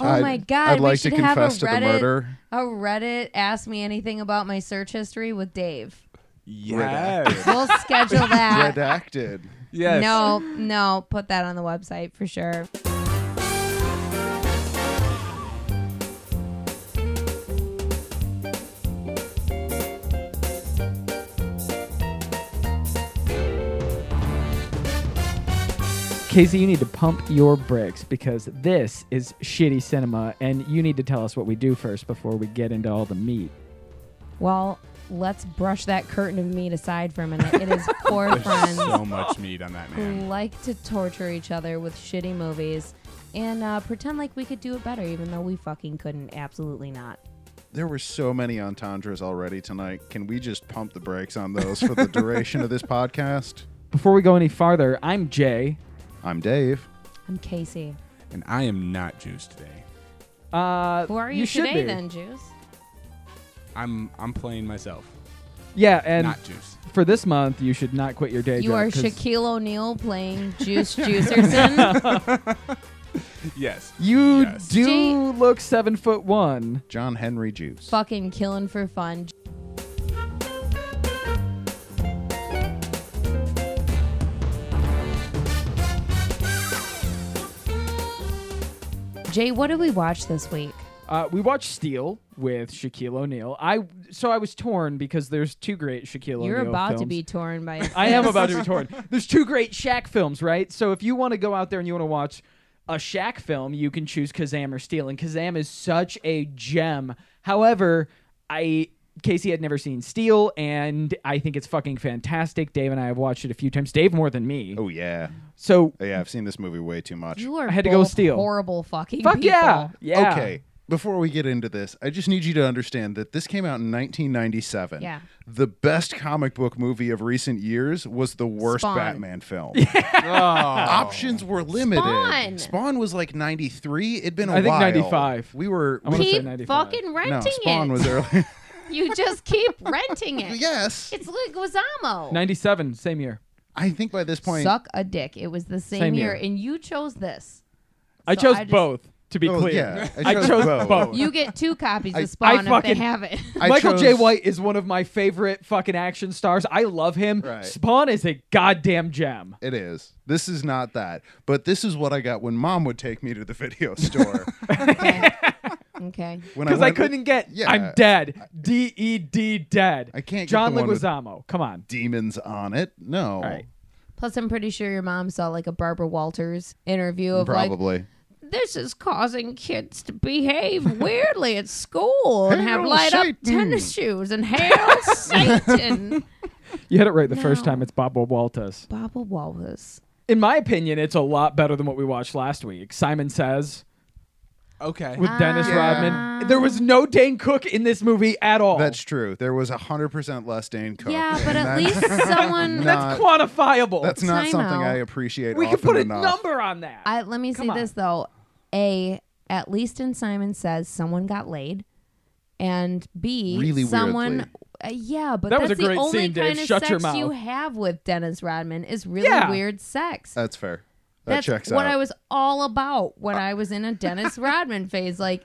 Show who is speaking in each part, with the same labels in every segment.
Speaker 1: Oh
Speaker 2: I'd-
Speaker 1: my god!
Speaker 2: I'd
Speaker 1: we
Speaker 2: like to
Speaker 1: should have a
Speaker 2: confess to the
Speaker 1: Reddit-
Speaker 2: murder.
Speaker 1: A Reddit ask me anything about my search history with Dave.
Speaker 3: Yes.
Speaker 1: We'll schedule that.
Speaker 2: Redacted.
Speaker 3: yes.
Speaker 1: No, no, put that on the website for sure.
Speaker 4: Casey, you need to pump your bricks because this is shitty cinema, and you need to tell us what we do first before we get into all the meat.
Speaker 1: Well, let's brush that curtain of meat aside for a minute. It is four friends
Speaker 3: So much meat on that
Speaker 1: who
Speaker 3: man.
Speaker 1: like to torture each other with shitty movies and uh, pretend like we could do it better, even though we fucking couldn't. Absolutely not.
Speaker 2: There were so many entendres already tonight. Can we just pump the brakes on those for the duration of this podcast?
Speaker 4: Before we go any farther, I'm Jay.
Speaker 2: I'm Dave.
Speaker 1: I'm Casey.
Speaker 3: And I am not juiced today.
Speaker 4: Uh,
Speaker 1: Who are you,
Speaker 4: you should
Speaker 1: today,
Speaker 4: be.
Speaker 1: then, Juice?
Speaker 3: I'm I'm playing myself.
Speaker 4: Yeah, and
Speaker 3: not juice.
Speaker 4: for this month, you should not quit your day
Speaker 1: You
Speaker 4: job
Speaker 1: are
Speaker 4: 'cause
Speaker 1: Shaquille O'Neal playing Juice Juicerson.
Speaker 3: Yes.
Speaker 4: You
Speaker 3: Yes.
Speaker 4: do
Speaker 1: Gee.
Speaker 4: look seven foot one.
Speaker 2: John Henry Juice.
Speaker 1: fucking killing for fun. Jay, what did we watch this week?
Speaker 4: Uh, we watched Steel with Shaquille O'Neal. I so I was torn because there's two great Shaquille
Speaker 1: You're
Speaker 4: O'Neal
Speaker 1: about to
Speaker 4: films.
Speaker 1: be torn by.
Speaker 4: I am about to be torn. There's two great Shaq films, right? So if you want to go out there and you want to watch a Shaq film, you can choose Kazam or Steel, and Kazam is such a gem. However, I Casey had never seen Steel, and I think it's fucking fantastic. Dave and I have watched it a few times. Dave more than me.
Speaker 2: Oh yeah.
Speaker 4: So
Speaker 2: Yeah, I've seen this movie way too much.
Speaker 1: You are.
Speaker 4: I had to go
Speaker 1: both
Speaker 4: steal.
Speaker 1: Horrible fucking.
Speaker 4: fuck
Speaker 1: people.
Speaker 4: yeah, yeah.
Speaker 2: Okay. Before we get into this, I just need you to understand that this came out in 1997.
Speaker 1: Yeah.
Speaker 2: The best comic book movie of recent years was the worst
Speaker 1: Spawn.
Speaker 2: Batman film.
Speaker 3: Oh.
Speaker 2: Options were limited.
Speaker 1: Spawn.
Speaker 2: Spawn was like 93. It'd been a
Speaker 4: I think
Speaker 2: while.
Speaker 4: 95.
Speaker 2: We were.
Speaker 4: I wanna say
Speaker 1: Keep
Speaker 4: 95.
Speaker 1: fucking renting
Speaker 2: no, Spawn
Speaker 1: it.
Speaker 2: was early.
Speaker 1: you just keep renting it.
Speaker 2: yes.
Speaker 1: It's like Guizamo.
Speaker 4: Ninety-seven, same year.
Speaker 2: I think by this point.
Speaker 1: Suck a dick. It was the same,
Speaker 4: Same
Speaker 1: year,
Speaker 4: year.
Speaker 1: and you chose this.
Speaker 4: I
Speaker 1: So
Speaker 4: chose
Speaker 1: just-
Speaker 4: both. To be
Speaker 2: Oh,
Speaker 4: clear,
Speaker 2: yeah, I
Speaker 4: I
Speaker 2: chose
Speaker 4: chose
Speaker 2: both.
Speaker 4: both.
Speaker 1: You get two copies
Speaker 2: I-
Speaker 1: of Spawn
Speaker 4: I
Speaker 1: if
Speaker 4: fucking-
Speaker 1: they have it.
Speaker 2: I
Speaker 4: Michael J.
Speaker 2: chose-
Speaker 4: White is one of my favorite fucking action stars. I love him.
Speaker 2: Right.
Speaker 4: Spawn is a goddamn gem.
Speaker 2: It is. This is not that. But this is what I got when mom would take me to the video store.
Speaker 1: okay. okay.
Speaker 2: When
Speaker 4: Because I,
Speaker 2: went-
Speaker 4: couldn't get
Speaker 2: Yeah.
Speaker 4: I'm dead. D E D dead.
Speaker 2: I can't get
Speaker 4: John
Speaker 2: the one with-
Speaker 4: Leguizamo. Come on.
Speaker 2: Demons on it. No.
Speaker 4: right.
Speaker 1: Plus, I'm pretty sure your mom saw like a Barbara Walters interview of like,
Speaker 2: Probably.
Speaker 1: this is causing kids to behave weirdly at school and have
Speaker 2: Hail
Speaker 1: light up
Speaker 2: Satan.
Speaker 1: tennis shoes and hail Satan.
Speaker 4: You had it right the first
Speaker 1: No.
Speaker 4: time. It's Bob Walters.
Speaker 1: Barbara Walters.
Speaker 4: In my opinion, it's a lot better than what we watched last week. Simon Says
Speaker 3: Okay.
Speaker 4: with Dennis
Speaker 2: Yeah.
Speaker 4: Rodman. There was no Dane Cook in this movie at all.
Speaker 2: That's true. There was 100% less Dane Cook.
Speaker 1: Oh. Yeah, but
Speaker 2: and
Speaker 1: at
Speaker 2: that's-
Speaker 1: least someone.
Speaker 2: No.
Speaker 4: That's
Speaker 2: not-
Speaker 4: quantifiable.
Speaker 2: That's not
Speaker 1: Time
Speaker 2: something
Speaker 1: out.
Speaker 2: I appreciate
Speaker 4: we
Speaker 2: often
Speaker 4: could put a
Speaker 2: enough.
Speaker 4: number on that.
Speaker 1: I, let me say
Speaker 4: Come on.
Speaker 1: this though: a at least in Simon says someone got laid, and b
Speaker 2: Really
Speaker 1: someone.
Speaker 2: weirdly.
Speaker 1: Uh, yeah, but
Speaker 4: That was
Speaker 1: that's
Speaker 4: a great
Speaker 1: the only
Speaker 4: scene, Dave.
Speaker 1: kind of
Speaker 4: Shut your
Speaker 1: sex you
Speaker 4: mouth.
Speaker 1: have with Dennis Rodman is really
Speaker 4: Yeah.
Speaker 1: weird sex.
Speaker 2: That's fair. That
Speaker 1: that's
Speaker 2: checks
Speaker 1: what
Speaker 2: out.
Speaker 1: I was all about when I was in a Dennis Rodman phase. Like,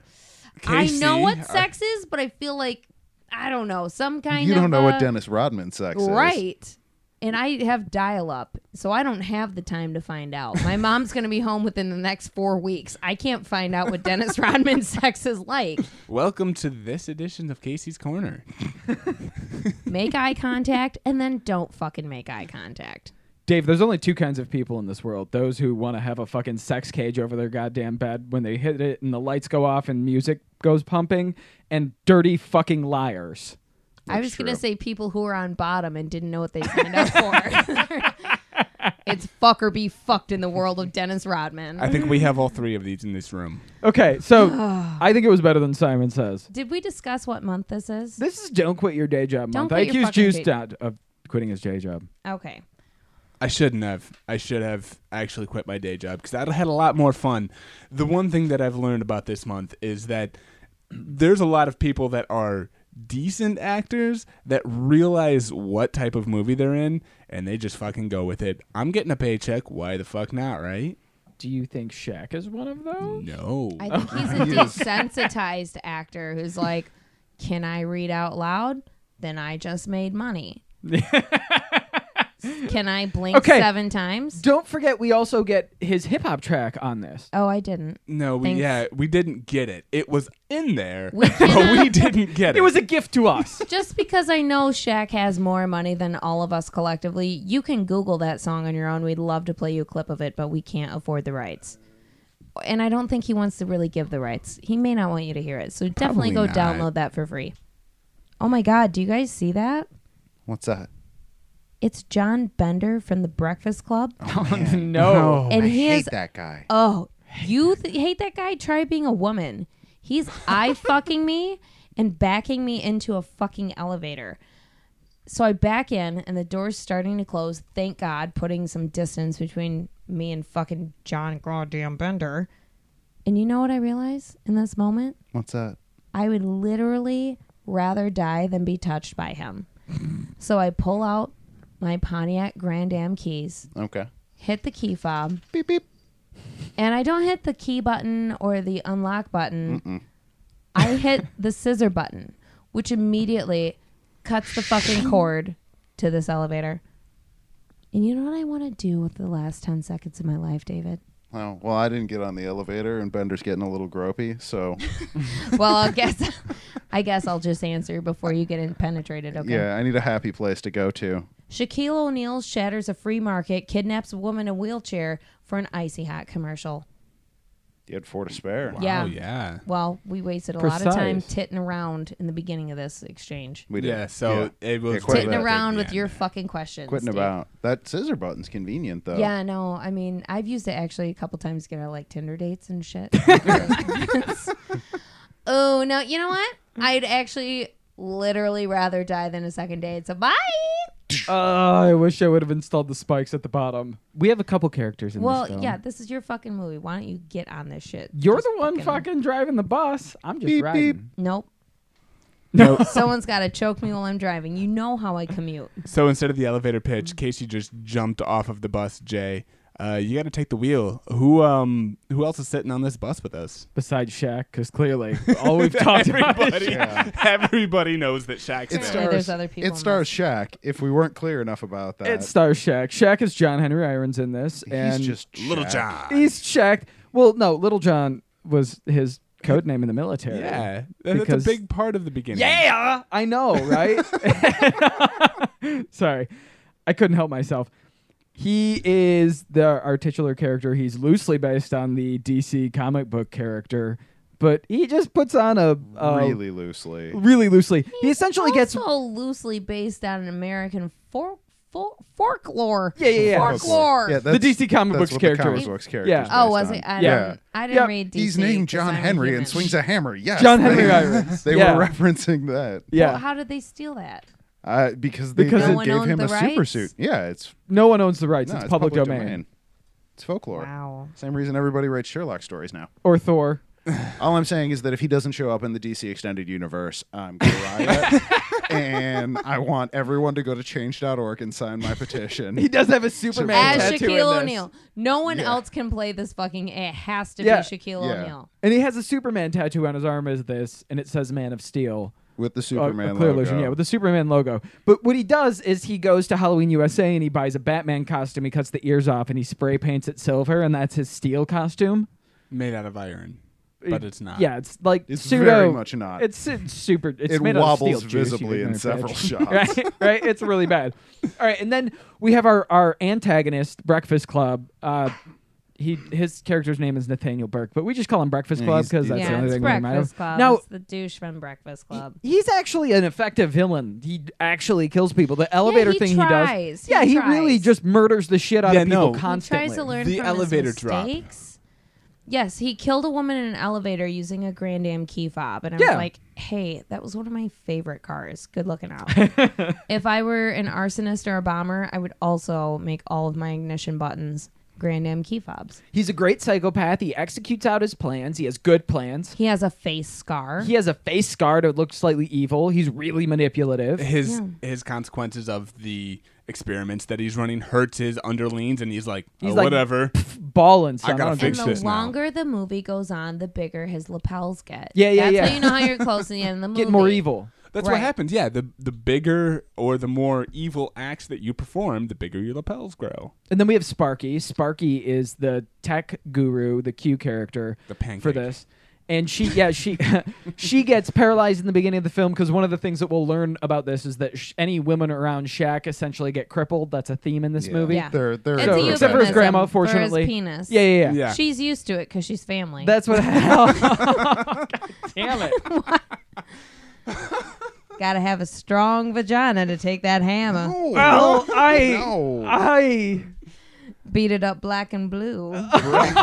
Speaker 1: I know
Speaker 3: Casey,
Speaker 1: what
Speaker 3: uh,
Speaker 1: sex is, but I feel like I don't know some kind
Speaker 2: you
Speaker 1: of
Speaker 2: don't know
Speaker 1: uh,
Speaker 2: what Dennis Rodman sex is.
Speaker 1: Right. And I have dial up, so I don't have the time to find out. My mom's going to be home within the next four weeks. I can't find out what Dennis Rodman's sex is like.
Speaker 3: Welcome to this edition of Casey's Corner.
Speaker 1: Make eye contact and then don't fucking make eye contact.
Speaker 4: Dave, there's only two kinds of people in this world: those who want to have a fucking sex cage over their goddamn bed when they hit it and the lights go off and music goes pumping, and dirty fucking liars.
Speaker 1: I was going to say people who are on bottom and didn't know what they signed up for. it's fuck or be fucked in the world of Dennis Rodman.
Speaker 3: I think we have all three of these in this room.
Speaker 4: Okay, so I think it was better than Simon says.
Speaker 1: Did we discuss what month this is?
Speaker 4: This is don't quit your day job
Speaker 1: Don't
Speaker 4: month.
Speaker 1: quit
Speaker 4: I
Speaker 1: your
Speaker 4: accused
Speaker 1: fucking
Speaker 4: Juice
Speaker 1: day-
Speaker 4: Dad of quitting his day job.
Speaker 1: Okay.
Speaker 3: I shouldn't have. I should have actually quit my day job because I had a lot more fun. The one thing that I've learned about this month is that there's a lot of people that are decent actors that realize what type of movie they're in and they just fucking go with it. I'm getting a paycheck. Why the fuck not, right?
Speaker 4: Do you think Shaq is one of
Speaker 1: Mm.
Speaker 4: those?
Speaker 3: No.
Speaker 1: I think he's a desensitized actor who's like, "Can I read out loud? Then I just made money. Can I blink
Speaker 4: Okay.
Speaker 1: seven times?
Speaker 4: Don't forget, we also get his hip hop track on this.
Speaker 1: Oh, I didn't.
Speaker 3: no, we,
Speaker 1: Thanks.
Speaker 3: yeah, we didn't get it. It was in there,
Speaker 1: We
Speaker 3: but
Speaker 1: cannot-
Speaker 3: we didn't get it.
Speaker 4: It was a gift to us.
Speaker 1: Just because I know Shaq has more money than all of us collectively, you can Google that song on your own. We'd love to play you a clip of it, but we can't afford the rights. And I don't think he wants to really give the rights. He may not want you to hear it. So definitely go
Speaker 3: Probably not.
Speaker 1: download that for free. Oh my God, do you guys see that?
Speaker 2: What's that?
Speaker 1: It's John Bender from The Breakfast Club.
Speaker 3: Oh,
Speaker 4: no.
Speaker 1: and
Speaker 2: Oh, I
Speaker 1: he
Speaker 2: hate
Speaker 1: is
Speaker 2: that guy.
Speaker 1: Oh, you th- hate that guy? Try being a woman. He's eye fucking me and backing me into a fucking elevator. So I back in, and the door's starting to close. Thank God, putting some distance between me and fucking John Goddamn Bender. And you know what I realized in this moment?
Speaker 2: What's that?
Speaker 1: I would literally rather die than be touched by him. so I pull out my Pontiac Grand Am keys,
Speaker 2: Okay.
Speaker 1: hit the key fob,
Speaker 2: Beep beep.
Speaker 1: and I don't hit the key button or the unlock button. I hit the scissor button, which immediately cuts the fucking cord to this elevator. And you know what I want to do with the last 10 seconds of my life, David?
Speaker 2: Oh, well, I didn't get on the elevator, and Bender's getting a little gropey, so
Speaker 1: Well, I guess I guess I'll just answer before you get in penetrated, okay?
Speaker 2: yeah, I need a happy place to go to.
Speaker 1: Shaquille O'Neal shatters a free market, kidnaps a woman in a wheelchair for an icy hot commercial.
Speaker 2: You had four to spare.
Speaker 1: yeah.
Speaker 3: Oh, yeah.
Speaker 1: Well, we wasted a lot
Speaker 4: Precise.
Speaker 1: of time titting around in the beginning of this exchange.
Speaker 2: We did.
Speaker 3: Yeah, so it was
Speaker 2: Yeah, quite
Speaker 1: Sitting
Speaker 2: about that.
Speaker 1: around with
Speaker 3: Yeah.
Speaker 1: your fucking questions.
Speaker 2: quitting
Speaker 1: dude.
Speaker 2: about uh, that scissor button's convenient though.
Speaker 1: Yeah, no, I mean, I've used it actually a couple times to get out like Tinder dates and shit. It's- oh, no, you know what? I'd actually literally rather die than a second date. So bye.
Speaker 4: Uh, I wish I would have installed the spikes at the bottom. We have a couple characters in
Speaker 1: Well,
Speaker 4: this film.
Speaker 1: yeah, this is your fucking movie. Why don't you get on this shit?
Speaker 4: You're
Speaker 1: Just
Speaker 4: the one fucking driving the bus. I'm just
Speaker 2: Beep,
Speaker 4: riding.
Speaker 2: beep.
Speaker 1: Nope.
Speaker 3: No.
Speaker 1: Someone's got to choke me while I'm driving. You know how I commute.
Speaker 3: So instead of the elevator pitch, Casey just jumped off of the bus. Jay, uh, you got to take the wheel. Who um who else is sitting on this bus with us?
Speaker 4: Besides Shaq, because clearly all we've talked about is
Speaker 3: Everybody, everybody knows that Shaq's
Speaker 1: Apparently
Speaker 2: It
Speaker 3: there.
Speaker 1: starts-
Speaker 2: stars
Speaker 1: there's other people in
Speaker 2: It stars Shaq. If we weren't clear enough about that,
Speaker 4: It stars Shaq. Shaq is John Henry Irons in this,
Speaker 2: he's
Speaker 4: and
Speaker 2: just
Speaker 3: Little
Speaker 2: Shaq.
Speaker 3: John.
Speaker 4: he's Shaq. Well, no, Little John was his code name in the military.
Speaker 3: yeah, that's a
Speaker 4: Because-
Speaker 3: big part of the beginning.
Speaker 4: Yeah, I know, right? Sorry, I couldn't help myself. He is the our titular character. He's loosely based on the DC comic book character, but he just puts on a, a
Speaker 2: really loosely.
Speaker 4: really loosely. he essentially gets
Speaker 1: also loosely based on an American folk folk folklore.
Speaker 4: Yeah, yeah, yeah.
Speaker 1: Folklore.
Speaker 2: Yeah, that's-
Speaker 4: DC comic
Speaker 2: that's
Speaker 4: books
Speaker 2: what
Speaker 4: character.
Speaker 2: The comic books character.
Speaker 4: Yeah.
Speaker 2: is
Speaker 1: Oh,
Speaker 2: based
Speaker 1: was
Speaker 2: on.
Speaker 1: it? I
Speaker 4: Yeah.
Speaker 1: don't. I didn't
Speaker 4: Yeah.
Speaker 1: read. DC
Speaker 2: He's named
Speaker 1: 'cause
Speaker 2: John
Speaker 1: I'm a
Speaker 2: Henry
Speaker 1: human.
Speaker 2: and swings a hammer. Yes,
Speaker 4: John
Speaker 2: they-
Speaker 4: Henry Irons.
Speaker 2: They
Speaker 4: Yeah.
Speaker 2: were referencing that
Speaker 4: yeah.
Speaker 1: Well, how did they steal that?
Speaker 2: uh, because they
Speaker 4: Because
Speaker 2: then
Speaker 4: No
Speaker 1: one
Speaker 2: gave
Speaker 1: owned
Speaker 2: him
Speaker 1: the
Speaker 2: a super
Speaker 1: rights?
Speaker 2: suit. Yeah, it's
Speaker 4: No one owns the rights.
Speaker 2: no,
Speaker 4: it's, public, domain.
Speaker 2: It's folklore.
Speaker 1: Wow.
Speaker 2: Same reason everybody writes Sherlock stories now.
Speaker 4: Or Thor.
Speaker 2: All I'm saying is that if he doesn't show up in the DC extended universe, I'm going to riot. and I want everyone to go to change.org and sign my
Speaker 4: He
Speaker 2: petition.
Speaker 4: does have a Superman
Speaker 1: As
Speaker 4: tattoo in
Speaker 1: Shaquille
Speaker 4: this.
Speaker 1: O'Neal, no one
Speaker 2: Yeah.
Speaker 1: else can play this fucking. It has to
Speaker 4: Yeah.
Speaker 1: be Shaquille
Speaker 2: Yeah.
Speaker 1: O'Neal.
Speaker 4: and he has a Superman tattoo on his arm. Is this, and it says "Man of Steel."
Speaker 2: With the
Speaker 4: Uh, a
Speaker 2: Superman
Speaker 4: clear
Speaker 2: logo.
Speaker 4: illusion, yeah, with the Superman logo. But what he does is he goes to Halloween USA and he buys a Batman costume. He cuts the ears off and he spray paints it silver, and that's his Steel costume.
Speaker 3: made out of iron, but it's not.
Speaker 4: Yeah, it's like
Speaker 2: It's
Speaker 4: pseudo.
Speaker 2: very much not.
Speaker 4: It's, it's super. It's
Speaker 2: it
Speaker 4: made out of
Speaker 2: wobbles
Speaker 4: steel juice, you
Speaker 2: visibly in
Speaker 4: ignorant
Speaker 2: several
Speaker 4: bitch.
Speaker 2: shots.
Speaker 4: right, right. It's really bad. All right, and then we have our our antagonist, Breakfast Club. Uh, he his character's name is Nathaniel Burke, but we just call him Breakfast
Speaker 2: Yeah,
Speaker 4: Club
Speaker 2: he's-
Speaker 4: because that's
Speaker 2: Yeah,
Speaker 4: the
Speaker 1: yeah,
Speaker 4: only
Speaker 1: it's
Speaker 4: thing we remember.
Speaker 1: Breakfast Club.
Speaker 4: Now
Speaker 1: it's the douche from Breakfast Club.
Speaker 4: he's actually an effective villain. He actually kills people. The elevator
Speaker 1: he
Speaker 4: thing he
Speaker 1: tries.
Speaker 4: does.
Speaker 1: He
Speaker 4: yeah, he really
Speaker 1: tries.
Speaker 4: just murders the shit out
Speaker 3: Yeah,
Speaker 4: of people
Speaker 3: no. He tries
Speaker 4: constantly.
Speaker 1: He tries to learn
Speaker 3: The
Speaker 1: from
Speaker 3: elevator
Speaker 1: his
Speaker 3: drop.
Speaker 1: mistakes. Yes, he killed a woman in an elevator using a Grand Am key fob, and I
Speaker 4: Yeah.
Speaker 1: was like, "Hey, that was one of my favorite cars. Good looking out." if I were an arsonist or a bomber, I would also make all of my ignition buttons Grand Am key fobs.
Speaker 4: He's a great psychopath. He executes out his plans. He has good plans.
Speaker 1: He has a face scar.
Speaker 4: He has a face scar to look slightly evil. He's really manipulative.
Speaker 3: his his consequences of the experiments that he's running hurts his underlings, and he's like,
Speaker 4: He's
Speaker 3: "Oh,
Speaker 4: like-
Speaker 3: whatever.
Speaker 4: Ballin' son.
Speaker 3: I gotta
Speaker 4: don't
Speaker 1: And
Speaker 3: fix
Speaker 4: give-
Speaker 1: the
Speaker 3: this now.
Speaker 1: longer the movie goes on, the bigger his lapels get.
Speaker 4: Yeah, yeah,
Speaker 1: That's
Speaker 4: yeah.
Speaker 1: how you know how you're close to the end of the movie.
Speaker 4: Get more evil.
Speaker 3: That's
Speaker 1: Right.
Speaker 3: what happens. Yeah, the the bigger or the more evil acts that you perform, the bigger your lapels grow.
Speaker 4: And then we have Sparky. Sparky is the tech guru, the Q character
Speaker 3: The pancake.
Speaker 4: for this. And she, yeah, she she gets paralyzed in the beginning of the film because one of the things that we'll learn about this is that sh- any women around Shaq essentially get crippled. That's a theme in this movie.
Speaker 1: Yeah.
Speaker 2: They're, they're
Speaker 1: It's
Speaker 4: So-
Speaker 1: a
Speaker 2: they're-
Speaker 4: except for his
Speaker 1: euphemism
Speaker 4: grandma,
Speaker 1: for his
Speaker 4: fortunately.
Speaker 1: penis.
Speaker 4: Yeah, yeah, yeah.
Speaker 3: Yeah.
Speaker 1: She's used to it because she's family.
Speaker 4: That's what. God damn it!
Speaker 1: Gotta have a strong vagina to take that hammer.
Speaker 2: No.
Speaker 4: Well, I,
Speaker 2: No.
Speaker 4: I.
Speaker 1: Beat it up black and blue. that's a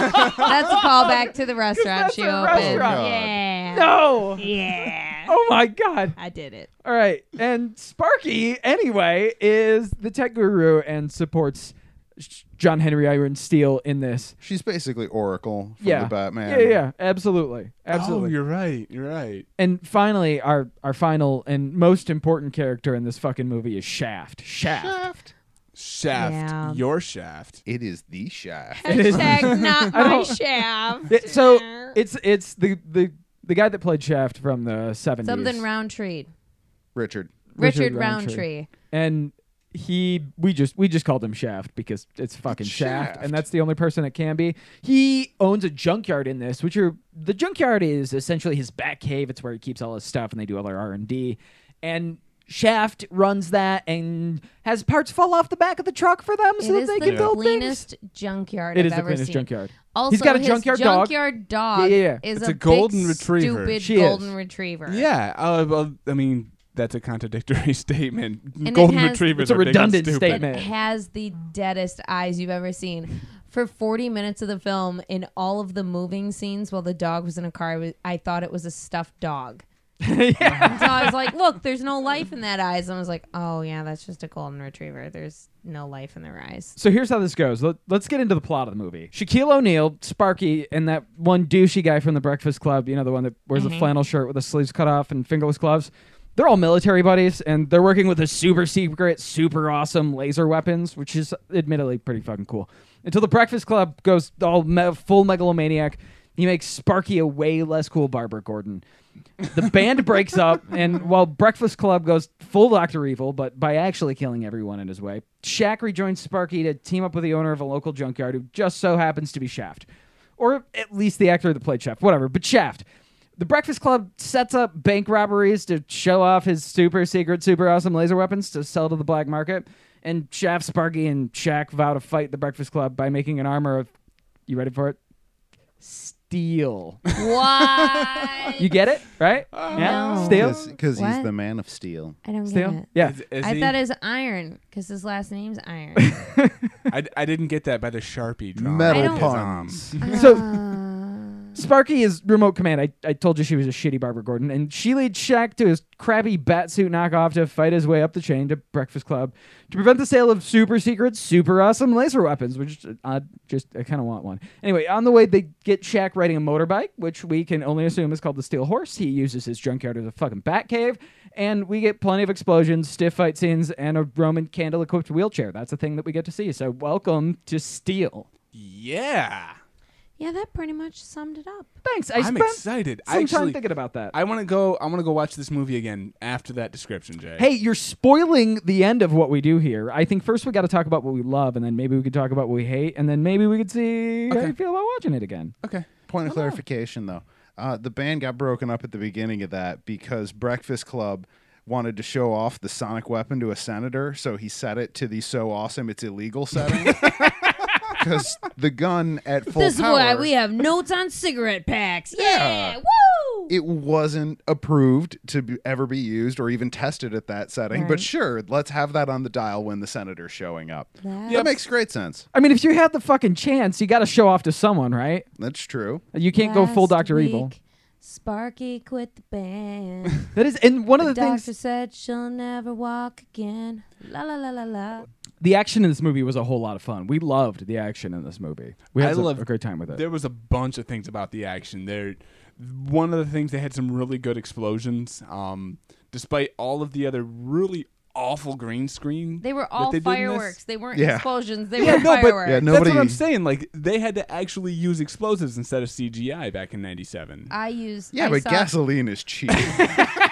Speaker 1: callback to the restaurant
Speaker 4: that's
Speaker 1: she
Speaker 4: a
Speaker 1: opened.
Speaker 4: restaurant.
Speaker 2: Oh, God.
Speaker 1: Yeah.
Speaker 4: No.
Speaker 1: Yeah.
Speaker 4: Oh my god.
Speaker 1: I did it.
Speaker 4: All right. And Sparky, anyway, is the tech guru and supports Sh- John Henry Iron Steel in this.
Speaker 2: She's basically Oracle from
Speaker 4: Yeah.
Speaker 2: the Batman.
Speaker 4: Yeah, yeah, absolutely.
Speaker 3: Oh,
Speaker 4: Absolutely.
Speaker 3: you're right. You're right.
Speaker 4: and finally, our, our final and most important character in this fucking movie is Shaft. Shaft.
Speaker 3: Shaft.
Speaker 1: Yeah.
Speaker 3: Your shaft.
Speaker 2: It is the Shaft.
Speaker 1: Hashtag not my
Speaker 4: don't-
Speaker 1: shaft.
Speaker 4: Th- so it's it's the, the the guy that played Shaft from the 70s.
Speaker 1: something Roundtree.
Speaker 2: Richard.
Speaker 1: Richard,
Speaker 4: Richard Roundtree.
Speaker 1: Roundtree.
Speaker 4: and he we just we just called him Shaft because it's fucking Shaft,
Speaker 2: Shaft.
Speaker 4: and that's the only person it can be. He owns a junkyard in this, which are the junkyard is essentially his back cave. It's where he keeps all his stuff, and they do all their R and D. And Shaft runs that and has parts fall off the back of the truck for them so
Speaker 1: it
Speaker 4: that
Speaker 1: is
Speaker 4: they
Speaker 1: the
Speaker 4: can build things.
Speaker 1: cleanest junkyard
Speaker 4: It
Speaker 1: I've
Speaker 4: is the
Speaker 1: ever
Speaker 4: cleanest
Speaker 1: seen.
Speaker 4: junkyard.
Speaker 1: Also,
Speaker 4: He's got a
Speaker 1: his
Speaker 4: junkyard dog.
Speaker 1: junkyard dog.
Speaker 4: Yeah, yeah, yeah.
Speaker 1: Is
Speaker 3: It's
Speaker 1: a,
Speaker 3: a golden
Speaker 1: big,
Speaker 3: retriever.
Speaker 1: Stupid
Speaker 4: She is.
Speaker 1: golden retriever.
Speaker 3: Yeah. Uh, well, I mean, that's a contradictory statement.
Speaker 1: it
Speaker 3: Golden
Speaker 1: has-
Speaker 3: retrievers
Speaker 4: It's a
Speaker 3: are big and
Speaker 4: redundant
Speaker 3: stupid.
Speaker 4: statement.
Speaker 1: It has the deadest eyes you've ever seen. For 40 minutes of the film, in all of the moving scenes while the dog was in a car, I, was, I thought it was a stuffed dog.
Speaker 4: yeah.
Speaker 1: So I was like, look, there's no life in that eyes. And I was like, oh, yeah, that's just a golden retriever. There's no life in their eyes.
Speaker 4: So here's how this goes. Let, let's get into the plot of the movie. Shaquille O'Neal, Sparky, and that one douchey guy from the Breakfast Club, you know, the one that wears a flannel shirt with the sleeves cut off and fingerless gloves, they're all military buddies, and they're working with a super secret, super awesome laser weapons, which is admittedly pretty fucking cool. Until the Breakfast Club goes all me- full megalomaniac, he makes Sparky a way less cool Barbara Gordon. The band breaks up, and while Breakfast Club goes full Dr. Evil, but by actually killing everyone in his way, Shaq rejoins Sparky to team up with the owner of a local junkyard who just so happens to be Shaft. Or at least the actor that played Shaft, whatever, but Shaft. The Breakfast Club sets up bank robberies to show off his super secret, super awesome laser weapons to sell to the black market. And Shaft, Sparky, and Shaq vow to fight the Breakfast Club by making an armor of, you ready for it? Steel.
Speaker 1: Why?
Speaker 4: You get it, right? yeah,
Speaker 1: No.
Speaker 4: steel.
Speaker 2: Because he's
Speaker 1: What?
Speaker 2: the man of steel.
Speaker 1: I don't get
Speaker 4: Steel.
Speaker 1: it.
Speaker 4: Yeah.
Speaker 3: Is- is
Speaker 1: I
Speaker 3: he-
Speaker 1: thought it was iron because his last name's iron.
Speaker 3: I, I didn't get that by the sharpie um, drawn.
Speaker 1: I
Speaker 2: Metal
Speaker 1: don't-
Speaker 3: on his
Speaker 2: puns.
Speaker 4: So-
Speaker 1: Ah.
Speaker 4: Sparky is remote command. I, I told you she was a shitty Barbara Gordon, and she leads Shaq to his crappy batsuit knockoff to fight his way up the chain to Breakfast Club to prevent the sale of super secret, super awesome laser weapons. Which I just I kind of want one. Anyway, on the way they get Shaq riding a motorbike, which we can only assume is called the Steel Horse. He uses his junkyard as a fucking bat cave, and we get plenty of explosions, stiff fight scenes, and a Roman candle equipped wheelchair. That's a thing that we get to see. So welcome to Steel.
Speaker 3: Yeah.
Speaker 1: yeah, that pretty much summed it up.
Speaker 4: Thanks. I
Speaker 3: I'm
Speaker 4: spent
Speaker 3: excited. I
Speaker 4: some time
Speaker 3: actually,
Speaker 4: thinking about that.
Speaker 3: I want to go. I want to go watch this movie again after that description, Jay.
Speaker 4: Hey, you're spoiling the end of what we do here. I think first we got to talk about what we love, and then maybe we could talk about what we hate, and then maybe we could see how
Speaker 3: Okay.
Speaker 4: you feel about watching it again.
Speaker 3: Okay.
Speaker 2: Point of clarification, though. Uh, the band got broken up at the beginning of that because Breakfast Club wanted to show off the sonic weapon to a senator, so he set it to the so awesome it's illegal setting. Because the gun at full
Speaker 1: This is
Speaker 2: power,
Speaker 1: why we have notes on cigarette packs. Yeah,
Speaker 2: Yeah.
Speaker 1: woo!
Speaker 2: it wasn't approved to be, ever be used or even tested at that setting.
Speaker 1: Right.
Speaker 2: But sure, let's have that on the dial when the senator's showing up.
Speaker 1: That-
Speaker 2: That makes great sense.
Speaker 4: I mean, if you had the fucking chance, you got to show off to someone, right?
Speaker 2: That's true.
Speaker 4: You can't go full
Speaker 1: Last
Speaker 4: Doctor Evil.
Speaker 1: week, Sparky quit the band.
Speaker 4: That is, and one of
Speaker 1: the
Speaker 4: the things
Speaker 1: doctor said she'll never walk again. La la la la la.
Speaker 4: the action in this movie was a whole lot of fun. We loved the action in this movie. We
Speaker 3: I
Speaker 4: had a-
Speaker 3: loved-
Speaker 4: a great time with it.
Speaker 3: There was a bunch of things about the action. There, one of the things they had some really good explosions. Um, despite all of the other really awful green screen.
Speaker 1: They were
Speaker 3: that
Speaker 1: all
Speaker 3: they did in this.
Speaker 1: fireworks. They weren't
Speaker 2: Yeah.
Speaker 1: explosions. They
Speaker 3: Yeah,
Speaker 1: were
Speaker 3: no, but
Speaker 1: fireworks.
Speaker 2: Yeah,
Speaker 3: That's what
Speaker 2: Nobody-
Speaker 3: I'm saying. Like they had to actually use explosives instead of CGI back in '97.
Speaker 1: I used.
Speaker 2: Yeah,
Speaker 1: I
Speaker 2: but
Speaker 1: saw-
Speaker 2: gasoline is cheap.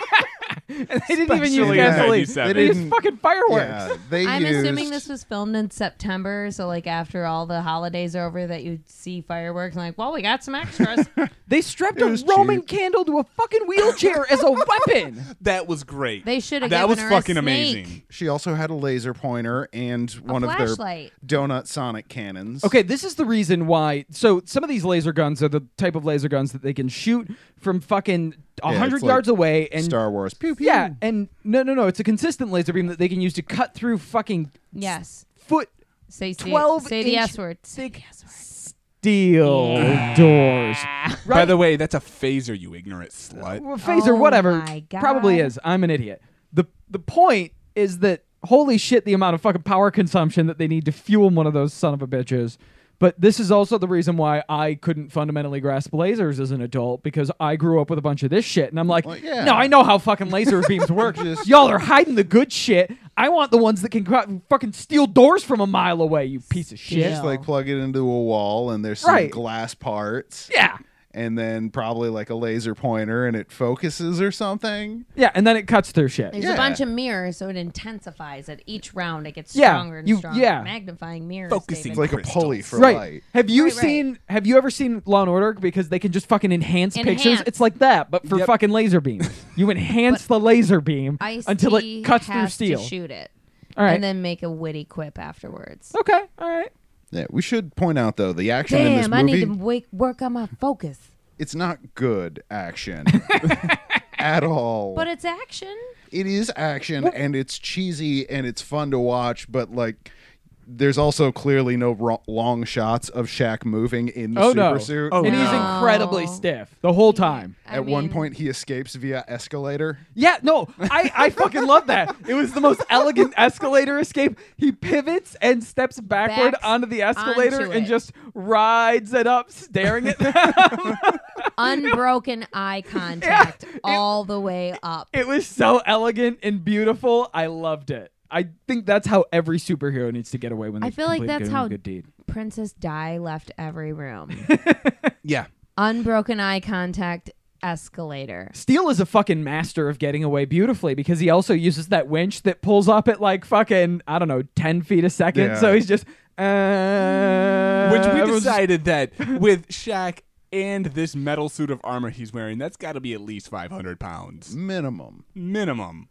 Speaker 4: And they didn't even use
Speaker 3: Especially
Speaker 2: in
Speaker 4: gasoline.
Speaker 3: 97.
Speaker 4: They used
Speaker 2: They
Speaker 4: fucking fireworks.
Speaker 2: yeah, they
Speaker 1: I'm
Speaker 2: used,
Speaker 1: assuming this was filmed in September, so like after all the holidays are over, that you'd see fireworks. And like, well, we got some extras.
Speaker 4: They strapped
Speaker 2: It
Speaker 4: a
Speaker 2: was
Speaker 4: Roman
Speaker 2: cheap.
Speaker 4: candle to a fucking wheelchair as a weapon.
Speaker 3: That was great.
Speaker 1: They should have
Speaker 3: That
Speaker 1: given
Speaker 3: was
Speaker 1: her a
Speaker 3: fucking
Speaker 1: snake.
Speaker 3: amazing.
Speaker 2: She also had a laser pointer and one of their
Speaker 1: flashlight.
Speaker 2: donut sonic cannons.
Speaker 4: Okay, this is the reason why. So some of these laser guns are the type of laser guns that they can shoot from fucking
Speaker 2: it's
Speaker 4: hundred
Speaker 2: like
Speaker 4: yards away and
Speaker 2: Star Wars. Pew pew.
Speaker 4: yeah, and no, no, no, it's a consistent laser beam that they can use to cut through fucking
Speaker 1: yes.
Speaker 4: foot
Speaker 1: Say, say,
Speaker 4: 12
Speaker 1: say the
Speaker 4: inch
Speaker 1: S word. Say the
Speaker 4: thick
Speaker 1: S word.
Speaker 4: steel doors. Right.
Speaker 3: By the way, that's a phaser, you ignorant slut.
Speaker 4: Well, phaser,
Speaker 1: Oh
Speaker 4: whatever.
Speaker 1: my God.
Speaker 4: Probably is. I'm an idiot. The the point is that holy shit, the amount of fucking power consumption that they need to fuel one of those son of a bitches. But this is also the reason why I couldn't fundamentally grasp lasers as an adult because I grew up with a bunch of this shit, and I'm like,
Speaker 2: Well, yeah.
Speaker 4: no, I know how fucking laser beams work.
Speaker 2: Just-
Speaker 4: Y'all are hiding the good shit. I want the ones that can cr- fucking steal doors from a mile away. You piece
Speaker 2: You
Speaker 4: of shit.
Speaker 1: Yeah.
Speaker 2: just like plug it into a wall and there's some
Speaker 4: Right.
Speaker 2: glass parts.
Speaker 4: Yeah.
Speaker 2: And then probably like a laser pointer and it focuses or something.
Speaker 4: Yeah, and then it cuts through shit.
Speaker 1: There's
Speaker 2: Yeah.
Speaker 1: a bunch of mirrors, so it intensifies at each round. It gets
Speaker 4: Yeah,
Speaker 1: stronger and
Speaker 4: you-
Speaker 1: stronger.
Speaker 4: yeah.
Speaker 1: Magnifying mirrors.
Speaker 3: Focusing.
Speaker 2: It's
Speaker 1: David.
Speaker 2: like a
Speaker 3: Crystals.
Speaker 2: pulley for
Speaker 4: right.
Speaker 2: light.
Speaker 4: Have you
Speaker 1: Right, right.
Speaker 4: seen? Have you ever seen Law and Order? Because they can just fucking enhance, pictures.
Speaker 1: Enhance.
Speaker 4: It's like that, but for
Speaker 3: Yep.
Speaker 4: fucking laser beams. you enhance the laser beam
Speaker 1: Ice
Speaker 4: until
Speaker 1: T
Speaker 4: it cuts through
Speaker 1: has
Speaker 4: steel.
Speaker 1: To shoot it.
Speaker 4: All right.
Speaker 1: And then make a witty quip afterwards.
Speaker 4: okay. All right.
Speaker 2: Yeah, we should point out though the action in this
Speaker 1: Damn,
Speaker 2: movie.
Speaker 1: I need to wake, work on my focus.
Speaker 2: It's not good action at all.
Speaker 1: But it's action.
Speaker 2: it is action and it's cheesy and it's fun to watch, but like there's also clearly no ro- long shots of Shaq moving in the
Speaker 4: oh
Speaker 2: super
Speaker 4: no.
Speaker 2: suit.
Speaker 3: Oh,
Speaker 4: and he's
Speaker 3: no.
Speaker 4: incredibly stiff the whole time.
Speaker 1: I
Speaker 2: At one
Speaker 1: mean,
Speaker 2: point, he escapes via escalator.
Speaker 4: Yeah, no, I, I fucking love that. It was the most elegant escalator escape. He pivots and steps backward
Speaker 1: Backs
Speaker 4: onto the escalator
Speaker 1: onto
Speaker 4: and
Speaker 1: it.
Speaker 4: just rides it up, staring at them.
Speaker 1: unbroken eye contact all the way up.
Speaker 4: It was so elegant and beautiful. I loved it. I think that's how every superhero needs to get away when they
Speaker 1: I feel like
Speaker 4: complete
Speaker 1: that's
Speaker 4: good,
Speaker 1: how-
Speaker 4: good deed.
Speaker 1: Princess Di left every room.
Speaker 3: Yeah.
Speaker 1: unbroken eye contact escalator.
Speaker 4: Steele is a fucking master of getting away beautifully because he also uses that winch that pulls up at like fucking I don't know ten feet a second.
Speaker 2: Yeah.
Speaker 4: So he's just uh,
Speaker 3: Which we
Speaker 4: everyone's just-
Speaker 3: decided that with Shaq and this metal suit of armor he's wearing, that's got to be at least 500 pounds
Speaker 2: Minimum.
Speaker 3: minimum.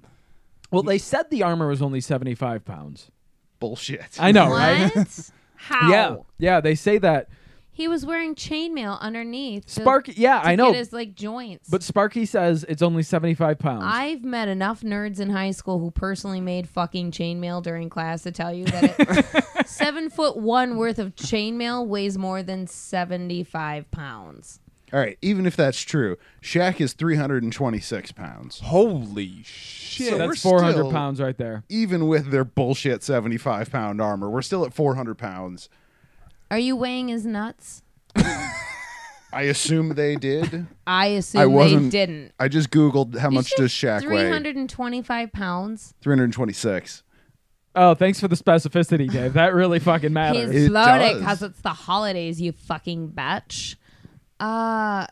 Speaker 4: Well, they said the armor was only seventy five pounds.
Speaker 2: Bullshit.
Speaker 4: I know, right?
Speaker 1: What? How?
Speaker 4: Yeah, yeah. They say that
Speaker 1: He was wearing chainmail underneath. to-
Speaker 4: Sparky. Yeah,
Speaker 1: to
Speaker 4: I know.
Speaker 1: Get his like joints.
Speaker 4: but Sparky says it's only seventy five pounds.
Speaker 1: I've met enough nerds in high school who personally made fucking chainmail during class to tell you that it, seven foot one worth of chainmail weighs more than seventy five pounds.
Speaker 2: All right, even if that's true, Shaq is 326 pounds.
Speaker 3: Holy shit.
Speaker 2: So we're
Speaker 4: that's four hundred
Speaker 2: still-
Speaker 4: pounds right there.
Speaker 2: Even with their bullshit 75 pound armor, we're still at 400 pounds.
Speaker 1: Are you weighing his nuts?
Speaker 2: I assume they did.
Speaker 1: I assume
Speaker 2: I wasn't.
Speaker 1: they didn't.
Speaker 2: I just Googled how
Speaker 1: You
Speaker 2: much
Speaker 1: said
Speaker 2: does Shaq weigh.
Speaker 1: 325 pounds.
Speaker 2: 326.
Speaker 4: Oh, thanks for the specificity, Dave. That really fucking matters.
Speaker 1: He's
Speaker 2: It
Speaker 1: bloated
Speaker 2: does.
Speaker 1: because eh, it's the holidays, you fucking bitch. Uh,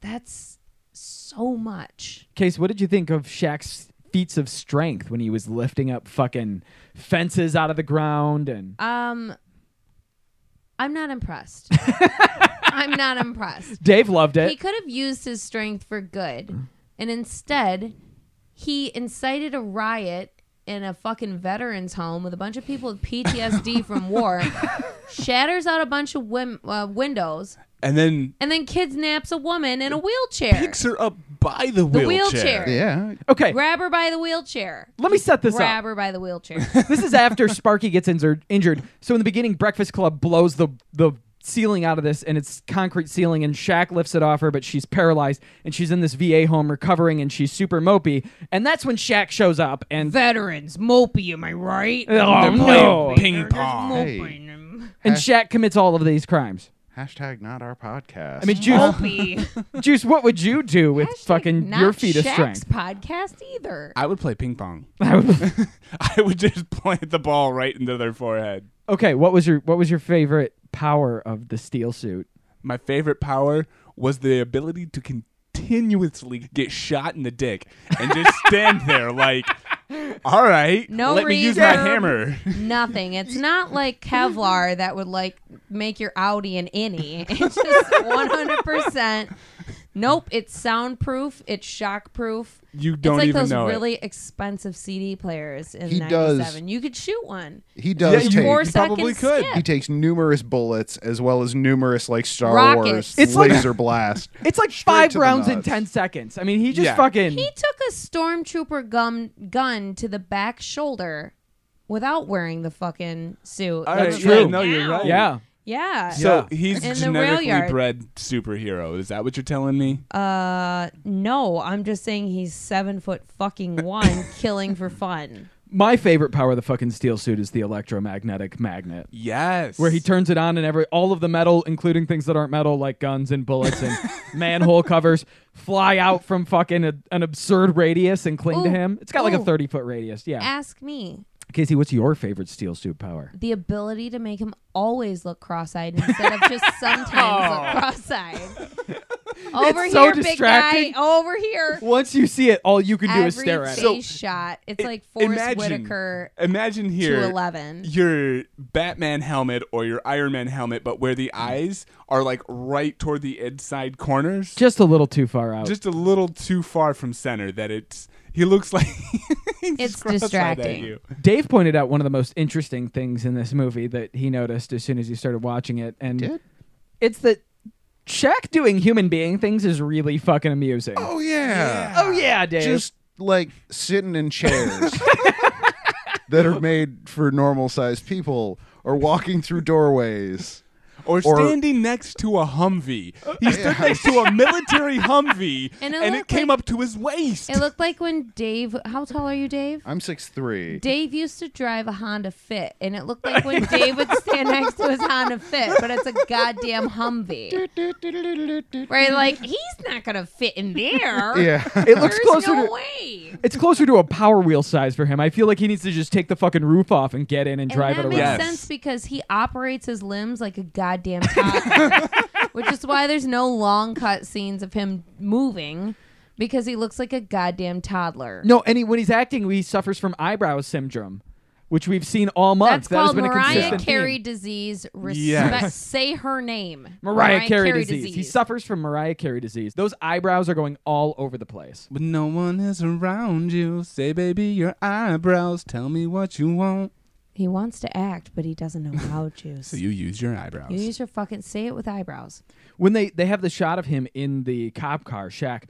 Speaker 1: that's so much.
Speaker 4: Case, what did you think of Shaq's feats of strength when he was lifting up fucking fences out of the ground and
Speaker 1: Um, I'm not impressed. I'm not impressed.
Speaker 4: Dave loved
Speaker 1: He
Speaker 4: it.
Speaker 1: could have used his strength for good, and instead, he incited a riot in a fucking veterans home with a bunch of people with PTSD from war, shatters out a bunch of wim- uh, windows,
Speaker 3: and then
Speaker 1: and then kidnaps a woman in a wheelchair.
Speaker 3: picks her up by the,
Speaker 1: the
Speaker 3: wheelchair.
Speaker 1: wheelchair.
Speaker 2: Yeah.
Speaker 4: Okay,
Speaker 1: Grab her by the wheelchair.
Speaker 4: let me set this
Speaker 1: Grab
Speaker 4: up.
Speaker 1: her by the wheelchair.
Speaker 4: This is after Sparky gets injured. Injured. So in the beginning, Breakfast Club blows the the ceiling out of this, and it's concrete ceiling, and Shaq lifts it off her, but she's paralyzed, and she's in this VA home recovering, and she's super mopey, and that's when Shaq shows up, and
Speaker 1: Veterans, mopey, am I right?
Speaker 4: oh
Speaker 3: They're playing
Speaker 4: no,
Speaker 3: ping pong.
Speaker 2: Hey.
Speaker 1: Mopey.
Speaker 4: and Shaq commits all of these crimes.
Speaker 2: Hashtag not our podcast.
Speaker 4: I mean, Juice,
Speaker 1: Opie.
Speaker 4: Juice, what would you do with
Speaker 1: Hashtag
Speaker 4: fucking
Speaker 1: not
Speaker 4: your feet of
Speaker 1: Shaq's
Speaker 4: strength?
Speaker 1: podcast either.
Speaker 3: I would play ping pong.
Speaker 4: I would-
Speaker 3: I would just plant the ball right into their forehead.
Speaker 4: okay, what was your what was your favorite power of the steel suit?
Speaker 3: My favorite power was the ability to continuously get shot in the dick and just stand there like, all right,
Speaker 1: No
Speaker 3: let me use my
Speaker 1: reason.
Speaker 3: hammer.
Speaker 1: Nothing. It's not like Kevlar that would like make your Audi an innie. It's just one hundred percent. Nope. It's soundproof. It's shockproof.
Speaker 3: You don't
Speaker 1: it's like
Speaker 3: even
Speaker 1: those
Speaker 3: know it.
Speaker 1: really expensive CD players in
Speaker 2: He does.
Speaker 1: '97. You could shoot one.
Speaker 2: he does
Speaker 3: you
Speaker 2: take.
Speaker 1: Four
Speaker 3: you
Speaker 1: seconds
Speaker 3: probably could.
Speaker 1: skip.
Speaker 2: He takes numerous bullets as well as numerous like Star
Speaker 1: Rockets.
Speaker 2: Wars
Speaker 4: It's like-
Speaker 2: laser blast.
Speaker 4: It's like five
Speaker 2: to the
Speaker 4: rounds in
Speaker 2: nuts.
Speaker 4: ten seconds. I mean, he just
Speaker 3: Yeah.
Speaker 4: fucking
Speaker 1: He took a stormtrooper gum gun to the back shoulder without wearing the fucking suit.
Speaker 3: All
Speaker 1: That
Speaker 3: right,
Speaker 1: was
Speaker 4: true.
Speaker 1: like,
Speaker 3: No, you're
Speaker 1: ow.
Speaker 2: Oh.
Speaker 3: right.
Speaker 4: yeah.
Speaker 1: Yeah.
Speaker 3: So
Speaker 4: Yeah.
Speaker 3: he's
Speaker 1: In the rail
Speaker 3: genetically
Speaker 1: yard.
Speaker 3: bred superhero. Is that what you're telling me?
Speaker 1: Uh, no, I'm just saying he's seven foot fucking one, killing for fun.
Speaker 4: My favorite power of the fucking steel suit is the electromagnetic magnet.
Speaker 3: yes.
Speaker 4: Where he turns it on and every all of the metal, including things that aren't metal, like guns and bullets and manhole covers, fly out from fucking a, an absurd radius and cling to
Speaker 1: Ooh,
Speaker 4: him. It's got like a
Speaker 1: ooh.
Speaker 4: thirty foot radius. Yeah.
Speaker 1: Ask me
Speaker 4: Casey, what's your favorite steel suit power?
Speaker 1: the ability to make him always look cross-eyed instead of just sometimes look cross-eyed. Over
Speaker 4: Oh. It's so
Speaker 1: here, big guy.
Speaker 4: distracting.
Speaker 1: Over here.
Speaker 4: Once you see it, all you can do
Speaker 1: Every
Speaker 4: is stare at
Speaker 1: face
Speaker 4: it.
Speaker 3: So,
Speaker 1: shot. It's
Speaker 3: I-
Speaker 1: like Forrest
Speaker 3: imagine-
Speaker 1: Whitaker
Speaker 3: Imagine
Speaker 1: to
Speaker 3: here
Speaker 1: eleven.
Speaker 3: your Batman helmet or your Iron Man helmet, but where the eyes are like right toward the inside corners,
Speaker 4: Just a little too far out.
Speaker 3: just a little too far from center. That it's he looks like he's
Speaker 1: It's
Speaker 3: just cross-eyed At
Speaker 1: distracting.
Speaker 3: you.
Speaker 4: Dave pointed out one of the most interesting things in this movie that he noticed as soon as he started watching it, and
Speaker 2: Did?
Speaker 4: it's that Shaq doing human being things is really fucking amusing.
Speaker 2: Oh yeah.
Speaker 4: Oh, yeah, Dave.
Speaker 2: Just like sitting in chairs that are made for normal sized people or walking through doorways.
Speaker 3: Or Uh,
Speaker 2: Or-
Speaker 3: standing next to a Humvee. He stood next to a military Humvee,
Speaker 1: And
Speaker 3: and
Speaker 1: it
Speaker 3: it,
Speaker 1: looked
Speaker 3: came
Speaker 1: like-
Speaker 3: up to his waist.
Speaker 1: It looked like when Dave. How tall are you, Dave?
Speaker 2: I'm six three.
Speaker 1: Dave used to drive a Honda Fit, and it looked like when Dave would stand next to his Honda Fit, but it's a goddamn Humvee. Where like he's not gonna fit in there.
Speaker 2: Yeah.
Speaker 4: it
Speaker 1: There's
Speaker 4: looks closer
Speaker 1: no
Speaker 4: to
Speaker 1: way.
Speaker 4: it's closer to a power wheel size for him. I feel like he needs to just take the fucking roof off and get in and, drive
Speaker 1: and
Speaker 4: it
Speaker 1: that
Speaker 4: around.
Speaker 1: makes
Speaker 3: Yes.
Speaker 1: sense because he operates his limbs like a goddamn toddler, which is why there's no long cut scenes of him moving because he looks like a goddamn toddler.
Speaker 4: No, and he, when he's acting, he suffers from eyebrow syndrome, which we've seen all
Speaker 1: That's
Speaker 4: month. That has
Speaker 1: called
Speaker 4: been a
Speaker 1: Mariah
Speaker 4: consistent
Speaker 1: Carey
Speaker 4: theme.
Speaker 1: disease. Respect.
Speaker 3: Yes.
Speaker 1: Say her name.
Speaker 4: Mariah, Carey, disease. He suffers from Mariah Carey disease. Those eyebrows are going all over the place.
Speaker 3: When no one is around you, say, baby, your eyebrows, tell me what you want.
Speaker 1: He wants to act, but he doesn't know how to.
Speaker 3: So you use your eyebrows.
Speaker 1: you use your fucking say it with eyebrows.
Speaker 4: when they they have the shot of him in the cop car Shaq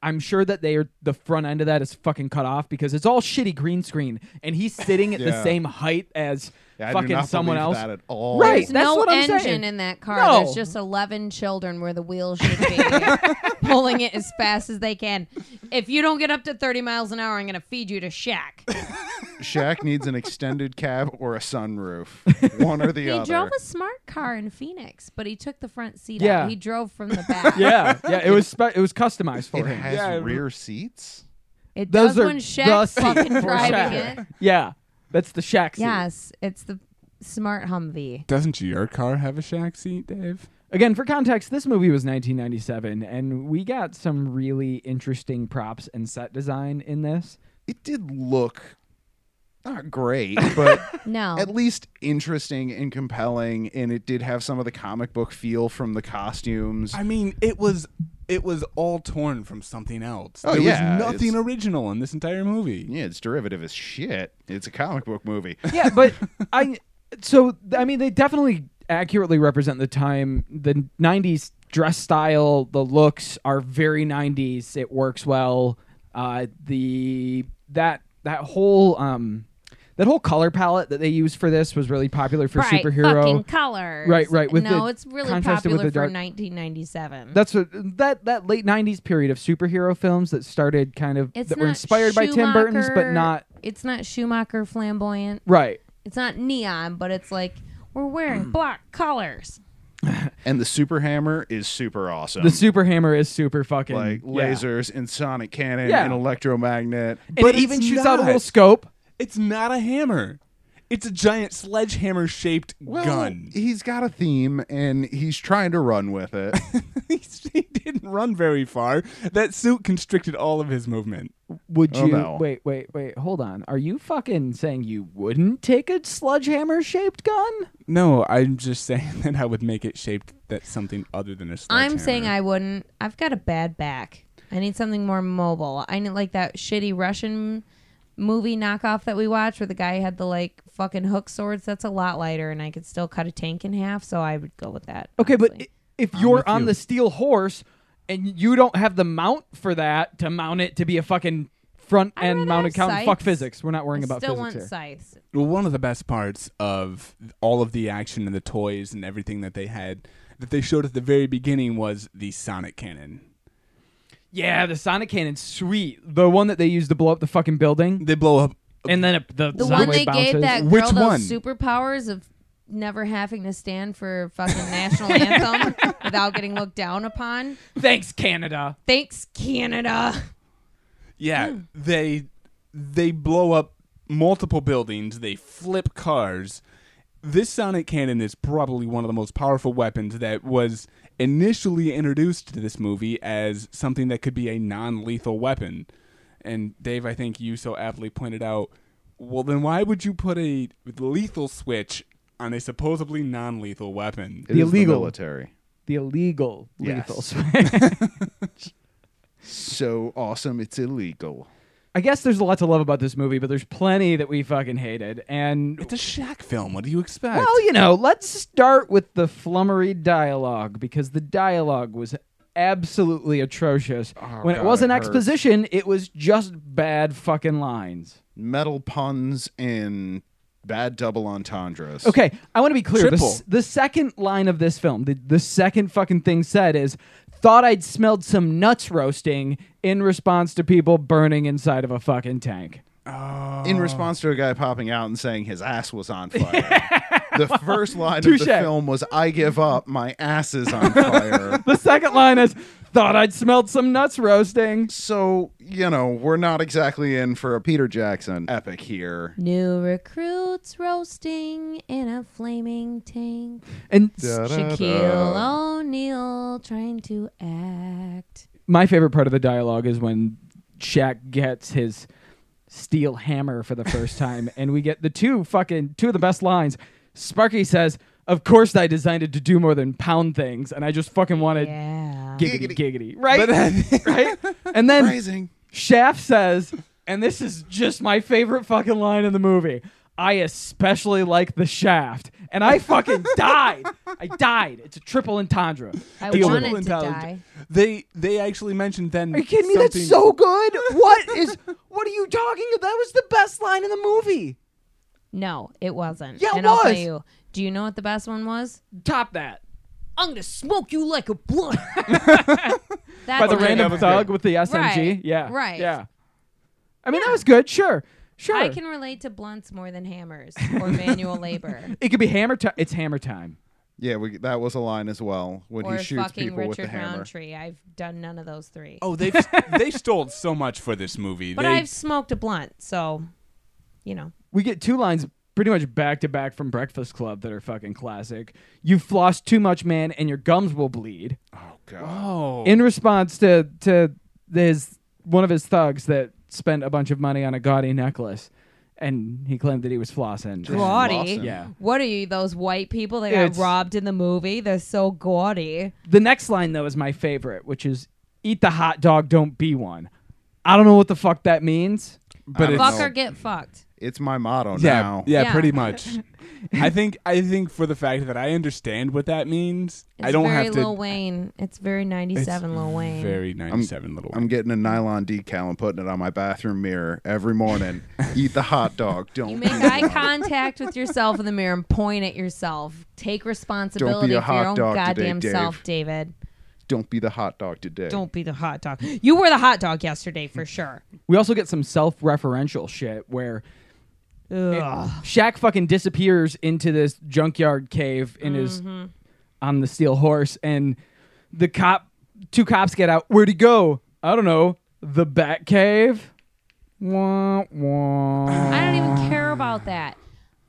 Speaker 4: I'm sure that they are the front end of that is fucking cut off because it's all shitty green screen and he's sitting at the
Speaker 2: Yeah.
Speaker 4: same height as
Speaker 2: Yeah, I do
Speaker 4: fucking
Speaker 2: not
Speaker 4: someone
Speaker 2: believe
Speaker 4: else.
Speaker 2: that at all.
Speaker 4: Right.
Speaker 1: There's
Speaker 4: that's
Speaker 1: no
Speaker 4: what I'm
Speaker 1: engine
Speaker 4: saying.
Speaker 1: in that car.
Speaker 4: No.
Speaker 1: There's just 11 children where the wheels should be pulling it as fast as they can. If you don't get up to 30 miles an hour, I'm going to feed you to Shaq.
Speaker 2: Shaq needs an extended cab or a sunroof. One or the
Speaker 1: He
Speaker 2: other.
Speaker 1: drove a smart car in Phoenix, but he took the front seat
Speaker 4: Yeah.
Speaker 1: out. He drove from the back.
Speaker 4: yeah, yeah, it was spe- it was customized for
Speaker 2: it
Speaker 4: him.
Speaker 2: has
Speaker 3: Yeah, it-
Speaker 2: rear seats.
Speaker 1: It
Speaker 4: Those
Speaker 1: does
Speaker 4: are
Speaker 1: when
Speaker 4: the
Speaker 1: Shaq's
Speaker 4: seat
Speaker 1: fucking
Speaker 4: for
Speaker 1: driving
Speaker 4: Shaq.
Speaker 1: it.
Speaker 4: Yeah, that's the Shaq scene.
Speaker 1: Yes, it's the smart Humvee.
Speaker 3: Doesn't your car have a shack seat, Dave?
Speaker 4: Again, for context, this movie was 1997, and we got some really interesting props and set design in this.
Speaker 2: It did look not great, but
Speaker 1: No.
Speaker 2: at least interesting and compelling, and it did have some of the comic book feel from the costumes.
Speaker 3: I mean, it was it was all torn from something else.
Speaker 2: Oh,
Speaker 3: there
Speaker 2: yeah,
Speaker 3: was nothing
Speaker 2: it's-
Speaker 3: original in this entire movie.
Speaker 2: yeah, it's derivative as shit. It's a comic book movie.
Speaker 4: yeah, but I so th- I mean they definitely accurately represent the time the 90s dress style, the looks are very 90s. It works well. Uh the that that whole um that whole color palette that they used for this was really popular for
Speaker 1: Bright
Speaker 4: superhero.
Speaker 1: fucking colors.
Speaker 4: Right, right, with
Speaker 1: no,
Speaker 4: the-
Speaker 1: it's really
Speaker 4: contrasted
Speaker 1: popular
Speaker 4: with the
Speaker 1: for
Speaker 4: dark-
Speaker 1: 1997.
Speaker 4: That's what that that late 90s period of superhero films that started kind of
Speaker 1: it's
Speaker 4: that were
Speaker 1: not
Speaker 4: inspired by Tim Burton's but
Speaker 1: Schumacher-
Speaker 4: not
Speaker 1: It's not Schumacher flamboyant.
Speaker 4: right.
Speaker 1: It's not neon, but it's like we're wearing black colors.
Speaker 2: and the super hammer is super awesome.
Speaker 4: The super hammer is super fucking
Speaker 2: like
Speaker 4: yeah.
Speaker 2: lasers and sonic cannon
Speaker 4: Yeah.
Speaker 2: and electromagnet.
Speaker 4: And
Speaker 3: But
Speaker 4: it even
Speaker 3: it's
Speaker 4: shoots out a
Speaker 3: not.
Speaker 4: little scope.
Speaker 3: It's not a hammer. It's a giant sledgehammer shaped
Speaker 2: Well,
Speaker 3: gun.
Speaker 2: He's got a theme and he's trying to run with it.
Speaker 3: he didn't run very far. That suit constricted all of his movement.
Speaker 4: Would
Speaker 2: Oh,
Speaker 4: you
Speaker 2: no.
Speaker 4: wait, wait, wait, hold on. Are you fucking saying you wouldn't take a sledgehammer shaped gun?
Speaker 3: No, I'm just saying that I would make it shaped that something other than a sledgehammer.
Speaker 1: I'm saying I wouldn't. I've got a bad back. I need something more mobile. I need like that shitty Russian movie knockoff that we watched where the guy had the like fucking hook swords. That's a lot lighter, and I could still cut a tank in half. So I would go with that.
Speaker 4: Okay, but
Speaker 1: honestly.
Speaker 4: i- if you're
Speaker 3: with
Speaker 4: on
Speaker 3: you.
Speaker 4: the steel horse and you don't have the mount for that to mount it to be a fucking front
Speaker 1: I'd
Speaker 4: end
Speaker 1: rather
Speaker 4: mounted
Speaker 1: have
Speaker 4: count, fuck
Speaker 1: scythes.
Speaker 4: physics. We're not worrying
Speaker 1: I
Speaker 4: about
Speaker 1: still
Speaker 4: physics
Speaker 1: want
Speaker 4: here.
Speaker 1: scythes.
Speaker 3: Well, one of the best parts of all of the action and the toys and everything that they had that they showed at the very beginning was the sonic cannon.
Speaker 4: Yeah, the sonic cannon's sweet. The one that they used to blow up the fucking building,
Speaker 3: They blow up.
Speaker 4: and then it, the
Speaker 1: The
Speaker 4: sound
Speaker 1: one
Speaker 4: wave
Speaker 1: they
Speaker 4: bounces.
Speaker 1: gave that girl
Speaker 3: Which
Speaker 1: those
Speaker 3: one?
Speaker 1: superpowers of never having to stand for fucking national anthem without getting looked down upon.
Speaker 4: Thanks, Canada.
Speaker 1: Thanks, Canada.
Speaker 3: Yeah, they they blow up multiple buildings. They flip cars. This sonic cannon is probably one of the most powerful weapons that was initially introduced to this movie as something that could be a non-lethal weapon. And Dave, I think you so aptly pointed out, well then why would you put a lethal switch on a supposedly non-lethal weapon?
Speaker 2: It is
Speaker 4: illegal.
Speaker 2: military.
Speaker 4: The illegal
Speaker 2: Yes.
Speaker 4: lethal.
Speaker 2: So awesome, it's illegal.
Speaker 4: I guess there's a lot to love about this movie, but there's plenty that we fucking hated. And
Speaker 3: It's a Shaq film. What do you expect?
Speaker 4: well, you know, let's start with the flummery dialogue because the dialogue was absolutely atrocious. when Oh, it
Speaker 2: God,
Speaker 4: wasn't
Speaker 2: it hurts.
Speaker 4: exposition, it was just bad fucking lines.
Speaker 2: Metal puns and bad double entendres.
Speaker 4: Okay, I want to be clear. The,
Speaker 3: Triple.
Speaker 4: s- the second line of this film, the, the second fucking thing said is, thought I'd smelled some nuts roasting in response to people burning inside of a fucking tank.
Speaker 3: Um,
Speaker 2: In response to a guy popping out and saying his ass was on fire. the first line
Speaker 4: Touche.
Speaker 2: of the film was I give up, my ass is on fire.
Speaker 4: The second line is, thought I'd smelled some nuts roasting.
Speaker 2: so, you know, we're not exactly in for a Peter Jackson epic here.
Speaker 1: New recruits roasting in a flaming tank.
Speaker 4: And
Speaker 1: Shaquille O'Neal trying to act.
Speaker 4: my favorite part of the dialogue is when Shaq gets his steel hammer for the first time, and we get the two fucking two of the best lines. Sparky says, "Of course, I designed it to do more than pound things," and I just fucking wanted
Speaker 1: Yeah.
Speaker 4: giggity, giggity,
Speaker 3: But
Speaker 4: right? right? And then
Speaker 2: Amazing.
Speaker 4: Shaft says, and this is just my favorite fucking line in the movie. I especially like the shaft, and I fucking died. I died. It's a triple entendre.
Speaker 1: I
Speaker 3: It's
Speaker 1: wanted
Speaker 3: triple
Speaker 1: to
Speaker 3: intelligent.
Speaker 1: die.
Speaker 3: They they actually mentioned then.
Speaker 4: Are you kidding me? That's so good. What is? What are you talking about? That was the best line in the movie.
Speaker 1: No, it wasn't.
Speaker 4: Yeah, it
Speaker 1: and I'll tell
Speaker 4: was.
Speaker 1: you. Do you know what the best one was?
Speaker 4: Top that
Speaker 1: I'm gonna smoke you like a blunt. That's
Speaker 4: by the
Speaker 1: my
Speaker 4: random
Speaker 1: favorite.
Speaker 4: thug with the SMG.
Speaker 1: Right,
Speaker 4: Yeah.
Speaker 1: right.
Speaker 4: Yeah. I mean, that was good. Sure. Sure.
Speaker 1: I can relate to blunts more than hammers or manual labor
Speaker 4: it could be hammer time. It's hammer time.
Speaker 2: Yeah, we, that was a line as well when
Speaker 1: or
Speaker 2: he shoots
Speaker 1: fucking
Speaker 2: people with the
Speaker 1: Richard
Speaker 2: hammer.
Speaker 1: Roundtree. I've done none of those three.
Speaker 3: Oh, they they stole so much for this movie.
Speaker 1: but
Speaker 3: they,
Speaker 1: I've smoked a blunt, so you know.
Speaker 4: We get two lines pretty much back to back from Breakfast Club that are fucking classic. You floss too much, man, and your gums will bleed.
Speaker 2: Oh, God.
Speaker 3: oh,
Speaker 4: in response to to his one of his thugs that spent a bunch of money on a gaudy necklace, and he claimed that he was flossing.
Speaker 1: Gaudy.
Speaker 2: Lawson.
Speaker 4: Yeah.
Speaker 1: What are you, those white people that
Speaker 4: It's-
Speaker 1: got robbed in the movie? They're so gaudy.
Speaker 4: The next line though is my favorite, which is "Eat the hot dog, don't be one." I don't know what the fuck that means.
Speaker 3: but it's,
Speaker 2: don't
Speaker 1: Fuck
Speaker 2: know.
Speaker 1: or get fucked.
Speaker 2: It's my motto
Speaker 3: yeah,
Speaker 2: now.
Speaker 3: yeah,
Speaker 1: Yeah.
Speaker 3: pretty much. I think I think for the fact that I understand what that means,
Speaker 1: It's
Speaker 3: I don't
Speaker 1: very
Speaker 3: have to.
Speaker 1: Lil Wayne. It's very
Speaker 3: it's
Speaker 1: 97 Lil Wayne.
Speaker 3: Very ninety-seven little.
Speaker 2: I'm getting a nylon decal and putting it on my bathroom mirror every morning. Eat the hot dog. Don't
Speaker 1: You make
Speaker 2: be
Speaker 1: eye
Speaker 2: one.
Speaker 1: contact with yourself in the mirror and point at yourself. Take responsibility
Speaker 2: a
Speaker 1: for your
Speaker 2: hot
Speaker 1: own
Speaker 2: dog today,
Speaker 1: goddamn
Speaker 2: Dave.
Speaker 1: self, David.
Speaker 2: Don't be the hot dog today.
Speaker 1: Don't be the hot dog. You were the hot dog yesterday for sure.
Speaker 4: We also get some self-referential shit where
Speaker 1: Ugh.
Speaker 4: Mm-hmm. Shaq fucking disappears into this junkyard cave in his on the steel horse, and the cop, two cops get out. Where'd he go? I don't know. The Bat Cave. Wah, wah.
Speaker 1: I don't even care about that.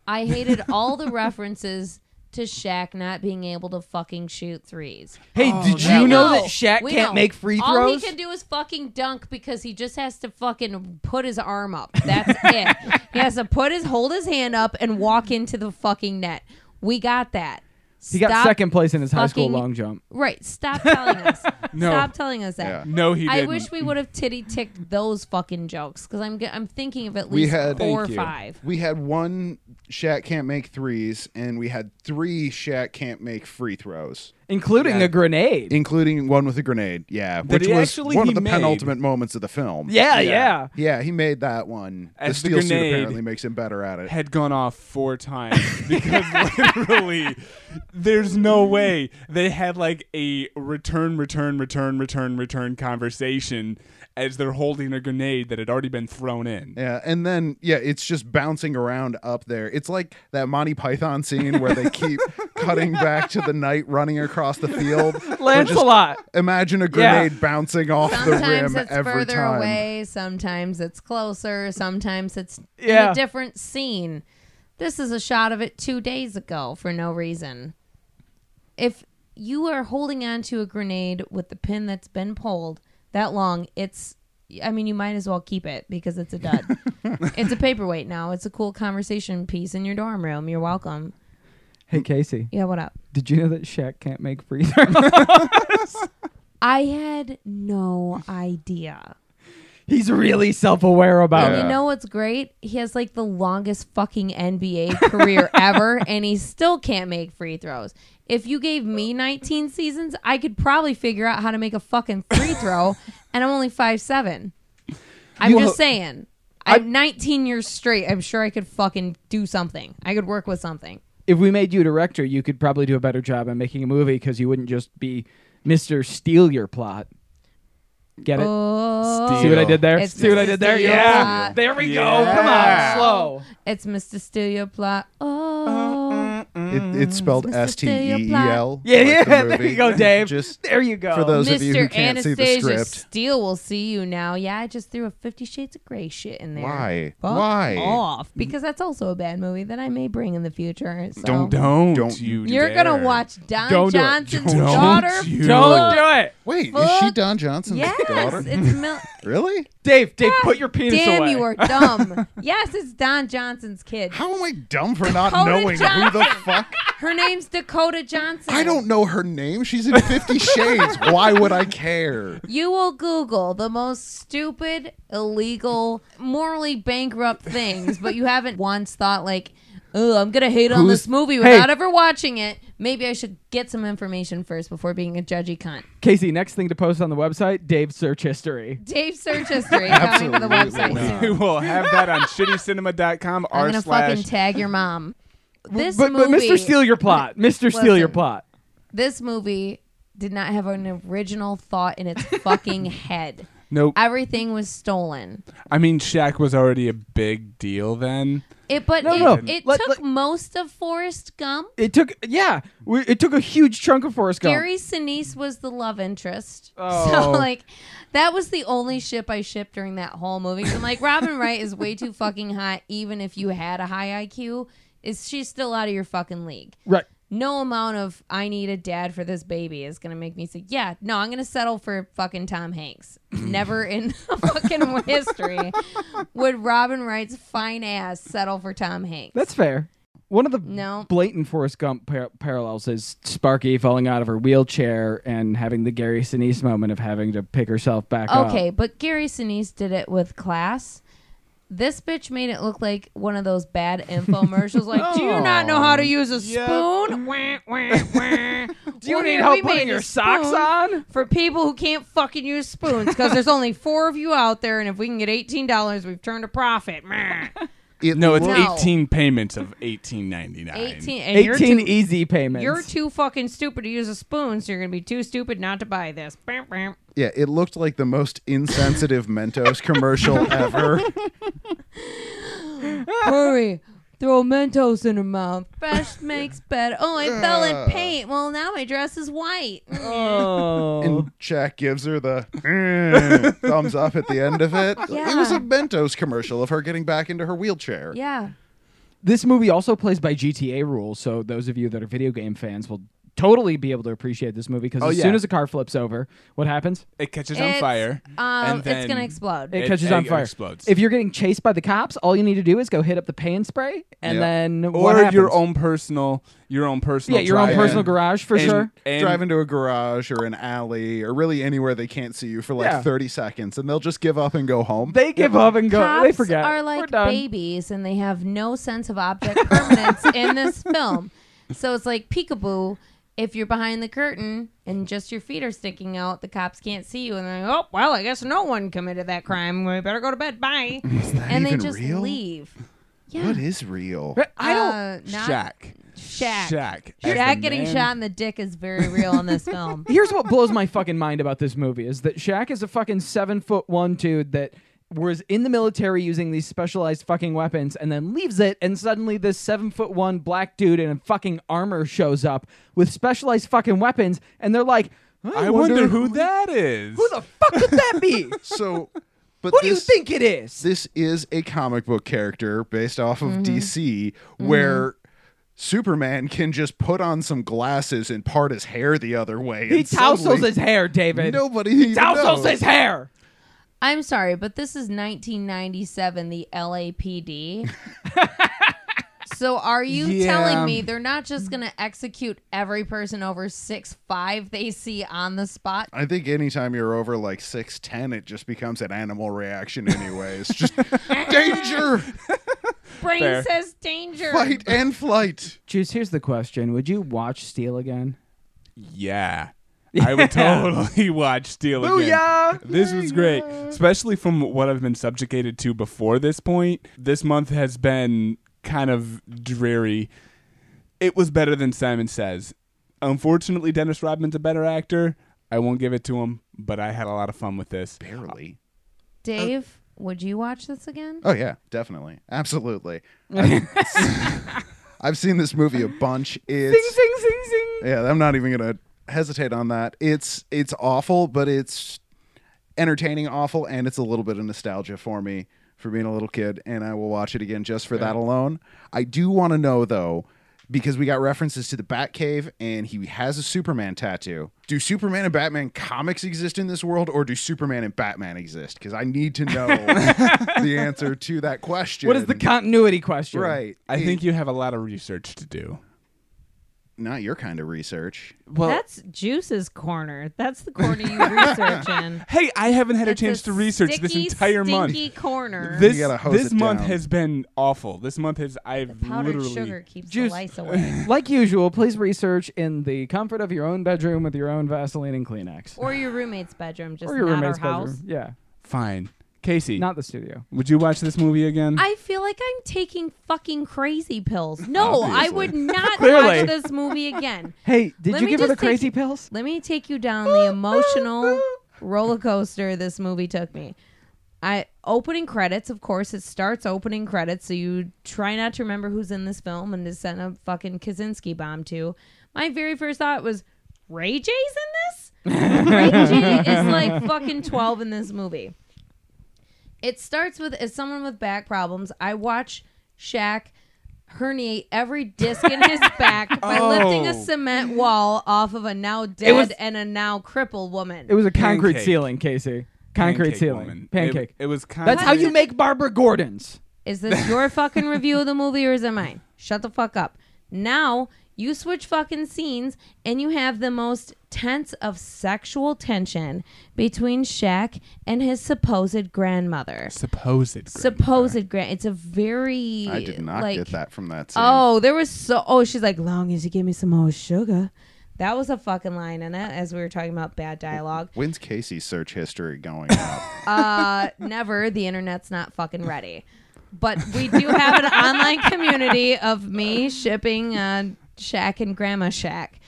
Speaker 1: I hated all the references to Shaq not being able to fucking shoot threes.
Speaker 4: Hey, did
Speaker 1: We
Speaker 4: you know that Shaq
Speaker 1: We
Speaker 4: can't
Speaker 1: know.
Speaker 4: make free
Speaker 1: All he
Speaker 4: throws?
Speaker 1: can do is fucking dunk because he just has to fucking put his arm up. That's it. He has to put his hold his hand up and walk into the fucking net. We got that.
Speaker 4: He got
Speaker 1: Stop-
Speaker 4: second place in his high school
Speaker 1: fucking-
Speaker 4: long jump.
Speaker 1: Right. Stop telling us.
Speaker 3: No.
Speaker 1: Stop telling us that.
Speaker 2: Yeah.
Speaker 3: No, he
Speaker 1: I
Speaker 3: didn't.
Speaker 1: wish we would have titty ticked those fucking jokes because I'm ge- I'm thinking of at
Speaker 2: We
Speaker 1: least
Speaker 2: had-
Speaker 1: four or
Speaker 3: Thank you.
Speaker 1: five.
Speaker 2: We had one Shaq can't make threes, and we had three Shaq can't make free throws,
Speaker 4: Including
Speaker 3: Yeah.
Speaker 4: a grenade.
Speaker 2: including one with a grenade. Yeah, which
Speaker 3: he
Speaker 2: was
Speaker 3: actually-
Speaker 2: one
Speaker 3: he
Speaker 2: of the
Speaker 3: made.
Speaker 2: penultimate moments of the film.
Speaker 4: yeah,
Speaker 3: Yeah.
Speaker 4: yeah.
Speaker 2: yeah, he made that one.
Speaker 3: As the
Speaker 2: the steel
Speaker 3: grenade-
Speaker 2: suit apparently makes him better at it.
Speaker 3: had gone off four times because literally there's no way they had like a return return return return return conversation as they're holding a grenade that had already been thrown in
Speaker 2: Yeah, and then yeah, it's just bouncing around up there. It's like that Monty Python scene where they keep cutting back to the knight running across the field. Or just
Speaker 4: Lancelot.
Speaker 2: Imagine a grenade bouncing off the
Speaker 1: Sometimes
Speaker 2: rim
Speaker 1: it's
Speaker 2: every
Speaker 1: further
Speaker 2: time.
Speaker 1: away, sometimes it's closer, sometimes it's in
Speaker 4: Yeah.
Speaker 1: a different scene. This is a shot of it two days ago for no reason. If you are holding on to a grenade with the pin that's been pulled that long, it's I mean, you might as well keep it because it's a dud. it's a paperweight now. It's a cool conversation piece in your dorm room. You're welcome.
Speaker 4: Hey, Casey,
Speaker 1: Yeah, what up?
Speaker 4: did you know that Shaq can't make free throws?
Speaker 1: I had no idea.
Speaker 4: He's really self aware about
Speaker 1: And
Speaker 2: Yeah.
Speaker 1: you know what's great? He has like the longest fucking NBA career ever, and he still can't make free throws. If you gave me 19 seasons, I could probably figure out how to make a fucking free throw, and I'm only five seven. I'm
Speaker 4: You
Speaker 1: just
Speaker 4: ho-
Speaker 1: saying. I'm 19 years straight. I'm sure I could fucking do something. I could work with something.
Speaker 4: it. If we made you director, you could probably do a better job on making a movie because you wouldn't just be Mr. Steal Your Plot. Get it?
Speaker 1: Oh,
Speaker 4: See what I did there?
Speaker 1: It's
Speaker 4: See what I
Speaker 1: Mr.
Speaker 4: did there?
Speaker 1: Steal Your
Speaker 4: Yeah.
Speaker 1: Plot.
Speaker 4: There we
Speaker 3: Yeah.
Speaker 4: go. Come on. Slow.
Speaker 1: it's Mr. Studio Plot. Oh,
Speaker 2: Uh, It, it's
Speaker 4: Mm,
Speaker 2: spelled S T E E L.
Speaker 4: Yeah,
Speaker 2: like the
Speaker 4: yeah. There
Speaker 2: movie.
Speaker 4: you go, Dave.
Speaker 2: Just
Speaker 4: there you go.
Speaker 2: for those of you who
Speaker 1: Mr.
Speaker 2: can't see
Speaker 1: Anastasia
Speaker 2: the script,
Speaker 1: Steele will see you now. Yeah, I just threw a Fifty Shades of Grey shit in there.
Speaker 2: Why?
Speaker 1: Fuck
Speaker 2: Why?
Speaker 1: Off because that's also a bad movie that I may bring in the future. So.
Speaker 2: Don't
Speaker 3: don't,
Speaker 2: Don't-
Speaker 3: you
Speaker 1: You're
Speaker 3: dare.
Speaker 1: gonna watch Don
Speaker 4: Don't do it.
Speaker 1: Johnson's
Speaker 3: Don't
Speaker 1: daughter.
Speaker 3: you.
Speaker 4: Don't do it.
Speaker 2: wait, is
Speaker 1: Full-
Speaker 2: she Don Johnson's
Speaker 1: Yes,
Speaker 2: daughter?
Speaker 1: it's Mil-
Speaker 2: really?
Speaker 4: Dave, Dave, put your penis
Speaker 1: damn
Speaker 4: away.
Speaker 1: you are dumb. yes, it's Don Johnson's kid.
Speaker 2: How am I dumb for not
Speaker 1: Dakota
Speaker 2: knowing who the fuck?
Speaker 1: Her name's Dakota Johnson.
Speaker 2: I don't know her name. She's in Fifty Shades. Why would I care?
Speaker 1: You will Google the most stupid, illegal, morally bankrupt things, but you haven't once thought like, "Oh, I'm gonna hate on
Speaker 2: Who's-
Speaker 1: this movie
Speaker 4: Hey.
Speaker 1: without ever watching it." Maybe I should get some information first before being a judgy cunt.
Speaker 4: Casey, next thing to post on the website, Dave's search history.
Speaker 1: Dave search history coming to the website
Speaker 2: Absolutely
Speaker 1: soon.
Speaker 3: we will have that on shittycinema.com
Speaker 1: I'm
Speaker 3: r
Speaker 1: gonna
Speaker 3: slash
Speaker 1: fucking tag your mom. This
Speaker 4: but,
Speaker 1: movie,
Speaker 4: but Mr. Steal Your Plot. Mr. Steal Your
Speaker 1: Listen.
Speaker 4: Plot.
Speaker 1: this movie did not have an original thought in its fucking head.
Speaker 3: nope
Speaker 1: Everything was stolen.
Speaker 3: i mean shaq was already a big deal then
Speaker 1: It, but
Speaker 4: No,
Speaker 1: it,
Speaker 4: no.
Speaker 1: it
Speaker 4: Let-
Speaker 1: took
Speaker 4: let-
Speaker 1: most of Forrest Gump.
Speaker 4: It took, yeah, we, it took a huge chunk of Forrest Gump.
Speaker 1: Gary Sinise was the love interest.
Speaker 4: Oh.
Speaker 1: So like that was the only ship I shipped during that whole movie. 'Cause I'm like Robin Wright is way too fucking hot even if you had a high IQ. Is she's still out of your fucking league.
Speaker 4: Right.
Speaker 1: No amount of I need a dad for this baby is gonna make me say, Yeah, no, I'm gonna settle for fucking Tom Hanks. Never in fucking history would Robin Wright's fine ass settle for Tom Hanks.
Speaker 4: That's fair. One of the
Speaker 1: No.
Speaker 4: blatant Forrest Gump par- parallels is Sparky falling out of her wheelchair and having the Gary Sinise moment of having to pick herself back up.
Speaker 1: Okay, but Gary Sinise did it with class. This bitch made it look like one of those bad infomercials. Like, do you not know how to use a spoon? Wah, wah, wah.
Speaker 4: Do you
Speaker 1: Well,
Speaker 4: need
Speaker 1: here
Speaker 4: help
Speaker 1: we
Speaker 4: putting
Speaker 1: made
Speaker 4: your
Speaker 1: a
Speaker 4: socks
Speaker 1: spoon
Speaker 4: on?
Speaker 1: For people who can't fucking use spoons, because there's only four of you out there, and if we can get eighteen dollars, we've turned a profit. Meh.
Speaker 2: It
Speaker 3: no it's
Speaker 2: looked-
Speaker 1: No.
Speaker 3: 18 payments of 18.99
Speaker 1: Eighteen. And you're
Speaker 4: 18
Speaker 1: too,
Speaker 4: easy payments.
Speaker 1: you're too fucking stupid to use a spoon, so you're gonna be too stupid not to buy this. Bam, bam.
Speaker 2: yeah, it looked like the most insensitive Mentos commercial ever.
Speaker 1: Hurry, Throw Mentos in her mouth. Fresh makes better. Oh, I fell in paint. Well, now my dress is white.
Speaker 4: Oh.
Speaker 2: And Jack gives her the "Mm," thumbs up at the end of it. It was a
Speaker 1: Yeah.
Speaker 2: Mentos commercial of her getting back into her wheelchair.
Speaker 1: yeah.
Speaker 4: this movie also plays by GTA rules, so those of you that are video game fans will totally be able to appreciate this movie because
Speaker 3: Oh,
Speaker 4: as
Speaker 3: yeah.
Speaker 4: soon as a car flips over, what happens?
Speaker 3: It catches on
Speaker 1: It's,
Speaker 3: fire.
Speaker 1: um,
Speaker 3: and
Speaker 1: it's
Speaker 3: then
Speaker 1: gonna explode.
Speaker 4: It, catches on
Speaker 3: it
Speaker 4: fire.
Speaker 3: explodes.
Speaker 4: If you're getting chased by the cops, all you need to do is go hit up the paint spray, and
Speaker 2: Yeah.
Speaker 4: then what
Speaker 3: or
Speaker 4: happens?
Speaker 3: your own personal, your own personal.
Speaker 4: yeah, your own
Speaker 3: drive-in.
Speaker 4: personal garage for
Speaker 3: And-
Speaker 4: sure.
Speaker 3: and-
Speaker 2: Drive into a garage or an alley or really anywhere they can't see you for like
Speaker 4: Yeah.
Speaker 2: 30 seconds and they'll just give up and go home.
Speaker 4: They give up and go.
Speaker 1: Cops
Speaker 4: they forget.
Speaker 1: are
Speaker 4: We're
Speaker 1: like
Speaker 4: done.
Speaker 1: babies and they have no sense of object permanence in this film. So it's like peekaboo. If you're behind the curtain and just your feet are sticking out, the cops can't see you, and they're like, "Oh, well, I guess no one committed that crime. We better go to bed. Bye." and they
Speaker 2: even
Speaker 1: just
Speaker 2: real?
Speaker 1: leave. Yeah,
Speaker 2: what is real?
Speaker 4: But I don't.
Speaker 1: Uh, not-
Speaker 3: Shaq.
Speaker 1: Shaq.
Speaker 3: Shaq.
Speaker 1: Shaq
Speaker 3: As the
Speaker 1: getting
Speaker 3: man-
Speaker 1: shot in the dick is very real in this film.
Speaker 4: Here's what blows my fucking mind about this movie is that Shaq is a fucking seven foot one dude that was in the military using these specialized fucking weapons and then leaves it and suddenly this seven foot one black dude in a fucking armor shows up with specialized fucking weapons and they're like, I,
Speaker 3: I wonder who that is.
Speaker 4: who the fuck could that be?
Speaker 2: So, but
Speaker 4: Who do you
Speaker 2: this,
Speaker 4: think it is?
Speaker 2: This is a comic book character based off
Speaker 4: Mm-hmm.
Speaker 2: of DC where Superman can just put on some glasses and part his hair the other way.
Speaker 4: He
Speaker 2: and
Speaker 4: tousles
Speaker 2: suddenly
Speaker 4: his hair, David.
Speaker 2: Nobody even
Speaker 4: tousles
Speaker 2: knows.
Speaker 4: his hair.
Speaker 1: I'm sorry, but this is 1997, the LAPD. so are you
Speaker 3: Yeah.
Speaker 1: telling me they're not just going to execute every person over six five they see on the
Speaker 4: Uh,
Speaker 1: spot?
Speaker 2: I think anytime you're over like 6'10, it just becomes an animal reaction, anyways. just danger,
Speaker 1: Brain
Speaker 3: Fair.
Speaker 1: says danger.
Speaker 2: fight, and flight.
Speaker 4: Juice, here's the question. Would you watch Steel again?
Speaker 3: Yeah. I would totally watch Steel
Speaker 4: Booyah!
Speaker 3: again. This was great, especially from what I've been subjugated to before this point. This month has been kind of dreary. It was better than Simon Says. Unfortunately, Dennis Rodman's a better actor. I won't give it to him, but I had a lot of fun with this.
Speaker 2: Barely.
Speaker 1: Dave, would you watch this again?
Speaker 4: uh,
Speaker 2: Oh, yeah, definitely. Absolutely. I've, I've seen this movie a bunch. It's.
Speaker 4: Zing, zing, zing, zing.
Speaker 2: Yeah, I'm not even gonna hesitate on that. It's it's awful, but it's entertaining awful, and it's a little bit of nostalgia for me for being a little kid, and I will watch it again just for that alone. I do want to know though, because we got references to the Batcave, and he has a Superman tattoo. Do Superman and Batman comics exist in this world, or do Superman and Batman exist? Because I need to know the answer to that question.
Speaker 4: What is the continuity question?
Speaker 2: right?
Speaker 3: I think you have a lot of research to do.
Speaker 2: not your kind of research.
Speaker 3: Well,
Speaker 1: That's Juice's corner. That's the corner you research in.
Speaker 3: hey, I haven't had
Speaker 1: It's
Speaker 3: a chance to research this
Speaker 1: sticky,
Speaker 3: entire month.
Speaker 1: stinky corner.
Speaker 3: This
Speaker 2: You gotta hose
Speaker 3: this
Speaker 2: it
Speaker 3: month
Speaker 2: down.
Speaker 3: has been awful. This month has I've
Speaker 1: Powdered
Speaker 3: literally
Speaker 1: sugar keeps
Speaker 4: Juice-
Speaker 1: the lice away.
Speaker 4: Like usual, please research in the comfort of your own bedroom with your own Vaseline and Kleenex.
Speaker 1: or your roommate's bedroom, just
Speaker 4: Or your
Speaker 1: not
Speaker 4: roommate's
Speaker 1: our house.
Speaker 4: bedroom. Yeah.
Speaker 3: fine. Casey,
Speaker 4: Not the studio.
Speaker 3: would you watch this movie again?
Speaker 1: I feel like I'm taking fucking crazy pills. No, I
Speaker 3: Obviously.
Speaker 1: would not
Speaker 4: Clearly.
Speaker 1: watch this movie again.
Speaker 4: Hey, did
Speaker 1: Let
Speaker 4: you
Speaker 1: me
Speaker 4: give her the
Speaker 1: just take-
Speaker 4: crazy pills?
Speaker 1: Let me take you down the emotional roller coaster this movie took me. I opening credits, of course, it starts opening credits, so you try not to remember who's in this film and to send a fucking Kaczynski bomb to. My very first thought was Ray J's in this? Ray J is like fucking twelve in this movie. It starts with as someone with back problems, I watch Shaq herniate every disc in his back by
Speaker 3: Oh.
Speaker 1: lifting a cement wall off of a now dead
Speaker 4: was-
Speaker 1: and a now crippled woman.
Speaker 4: It was a concrete
Speaker 3: Pancake.
Speaker 4: ceiling, Casey. Concrete ceiling.
Speaker 3: woman.
Speaker 4: Pancake.
Speaker 3: It, it was concrete.
Speaker 4: That's how you make Barbara Gordon's.
Speaker 1: is this your fucking review of the movie or is it mine? Shut the fuck up. Now you switch fucking scenes and you have the most tense of sexual tension between Shaq and his supposed grandmother.
Speaker 3: supposed.
Speaker 1: Supposed grand. It's a very.
Speaker 2: I did not
Speaker 1: like,
Speaker 2: get that from that. Scene.
Speaker 1: Oh, there was so. Oh, she's like, long as you give me some more sugar. That was a fucking line in it, as we were talking about bad dialogue.
Speaker 2: When's Casey's search history going up?
Speaker 1: Uh, never. The internet's not fucking ready. But we do have an online community of me shipping uh, Shack and Grandma Shack.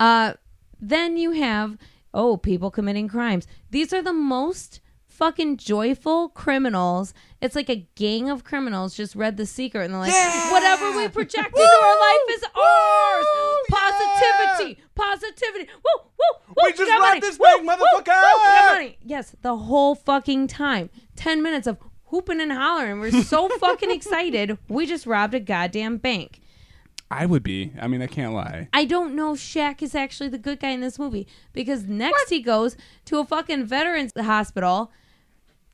Speaker 1: Uh, then you have, oh, people committing crimes. These are the most fucking joyful criminals. It's like a gang of criminals just read the secret and they're like, whatever we project into our life is ours. Positivity, positivity. Woo, woo, woo.
Speaker 3: We just
Speaker 1: got
Speaker 3: read
Speaker 1: money.
Speaker 3: this
Speaker 1: Woo,
Speaker 3: thing,
Speaker 1: woo,
Speaker 3: motherfucker.
Speaker 1: woo, got money. Yes, the whole fucking time. Ten minutes of hooping and hollering. We're so fucking excited. We just robbed a goddamn bank.
Speaker 3: I would be. I mean, I can't lie.
Speaker 1: I don't know if Shaq is actually the good guy in this movie because next he goes to a fucking veterans hospital,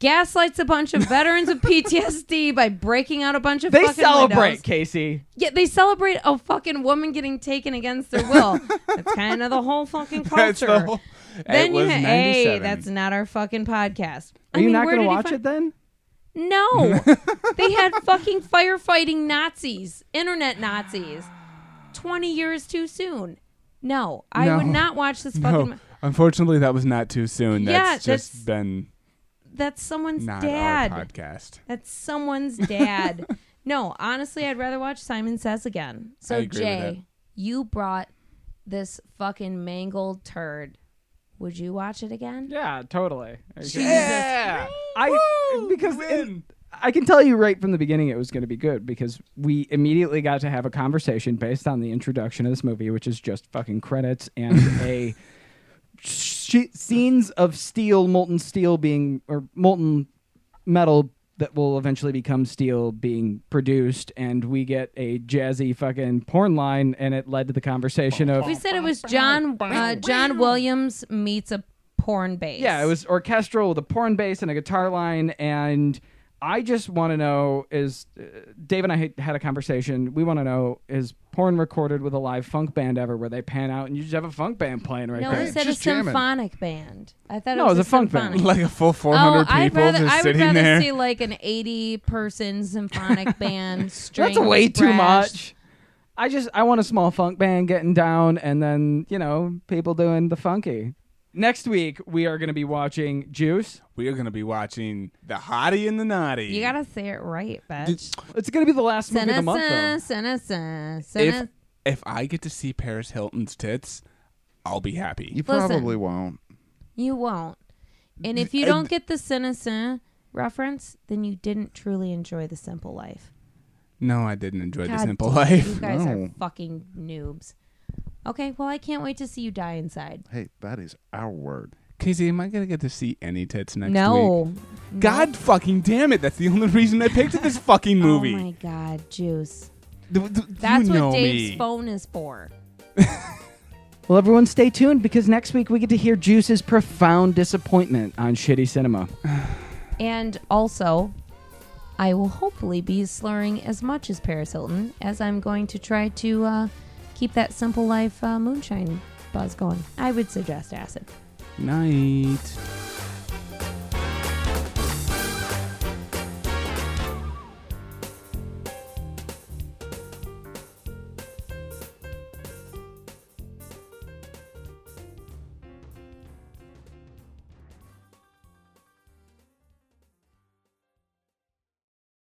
Speaker 1: gaslights a bunch of veterans with PTSD by breaking out a bunch of
Speaker 4: They
Speaker 1: fucking
Speaker 4: celebrate,
Speaker 1: windows.
Speaker 4: Casey.
Speaker 1: Yeah, they celebrate a fucking woman getting taken against their will. that's kind of the whole fucking culture.
Speaker 3: That's the whole-
Speaker 1: then
Speaker 3: it
Speaker 1: you
Speaker 3: was
Speaker 1: ha-
Speaker 3: 97.
Speaker 1: hey, that's not our fucking podcast.
Speaker 4: Are you not going to watch it then?
Speaker 1: No. they had fucking firefighting Nazis, internet Nazis, 20 years too soon. No, I
Speaker 3: No.
Speaker 1: would not watch this
Speaker 3: no.
Speaker 1: fucking.
Speaker 3: Unfortunately, that was not too soon.
Speaker 1: Yeah,
Speaker 3: that's just
Speaker 1: that's
Speaker 3: been
Speaker 1: That's someone's
Speaker 3: not our
Speaker 1: dad.
Speaker 3: podcast.
Speaker 1: That's someone's dad. no, honestly, I'd rather watch Simon Says Again.
Speaker 3: I
Speaker 1: So,
Speaker 3: agree with
Speaker 1: Jay,
Speaker 3: that.
Speaker 1: you brought this fucking mangled turd. Would you watch it again?
Speaker 4: Yeah, totally.
Speaker 3: Yeah.
Speaker 4: I because it- I can tell you right from the beginning it was going to be good because we immediately got to have a conversation based on the introduction of this movie, which is just fucking credits and a sh- scenes of steel, molten steel being or molten metal that will eventually become steel being produced, and we get a jazzy fucking porn line, and it led to the conversation of
Speaker 1: We said it was John uh, John Williams meets a porn base.
Speaker 4: Yeah, it was orchestral with a porn bass and a guitar line. And I just want to know is uh, Dave and I had- had a conversation. We want to know is porn recorded with a live funk band ever where they pan out and you just have a funk band playing right
Speaker 1: No,
Speaker 4: there?
Speaker 1: we
Speaker 2: Right,
Speaker 1: said a
Speaker 2: just jamming.
Speaker 1: symphonic band. I thought
Speaker 4: No,
Speaker 1: it was,
Speaker 4: it was a funk band.
Speaker 1: symphonic.
Speaker 3: like a full 400
Speaker 1: Oh, I'd
Speaker 3: people
Speaker 1: rather
Speaker 3: just
Speaker 1: I would
Speaker 3: sitting
Speaker 1: rather
Speaker 3: there.
Speaker 1: see like an eighty-person symphonic band. String
Speaker 4: That's way too much. I just I want a small funk band getting down and then, you know, people doing the funky. Next week we are going to be watching Juice.
Speaker 3: we are going to be watching The Hottie and the Naughty.
Speaker 1: You gotta say it right, bitch.
Speaker 4: It's going to be the last movie of the month though.
Speaker 1: Senna,
Speaker 3: if, if I get to see Paris Hilton's tits, I'll be happy.
Speaker 2: You
Speaker 1: Listen.
Speaker 2: probably won't.
Speaker 1: You won't. And if you
Speaker 3: uh,
Speaker 1: don't get the Senna reference, then you didn't truly enjoy the simple life.
Speaker 3: No, I didn't enjoy The
Speaker 1: God
Speaker 3: Simple
Speaker 1: damn,
Speaker 3: Life.
Speaker 1: You guys are
Speaker 2: No.
Speaker 1: fucking noobs. Okay, well I can't wait to see you die inside.
Speaker 2: Hey, that is our word.
Speaker 3: Casey, am I going to get to see any tits next week?
Speaker 1: no.
Speaker 3: God fucking damn it. That's the only reason I picked this fucking movie.
Speaker 1: Oh my god, juice.
Speaker 3: Th- th-
Speaker 1: That's
Speaker 3: you know
Speaker 1: what Dave's
Speaker 3: me.
Speaker 1: phone is for.
Speaker 4: Well, everyone stay tuned because next week we get to hear Juice's profound disappointment on Shitty Cinema.
Speaker 1: And also, I will hopefully be slurring as much as Paris Hilton as I'm going to try to uh, keep that simple life uh, moonshine buzz going. I would suggest acid.
Speaker 3: Night.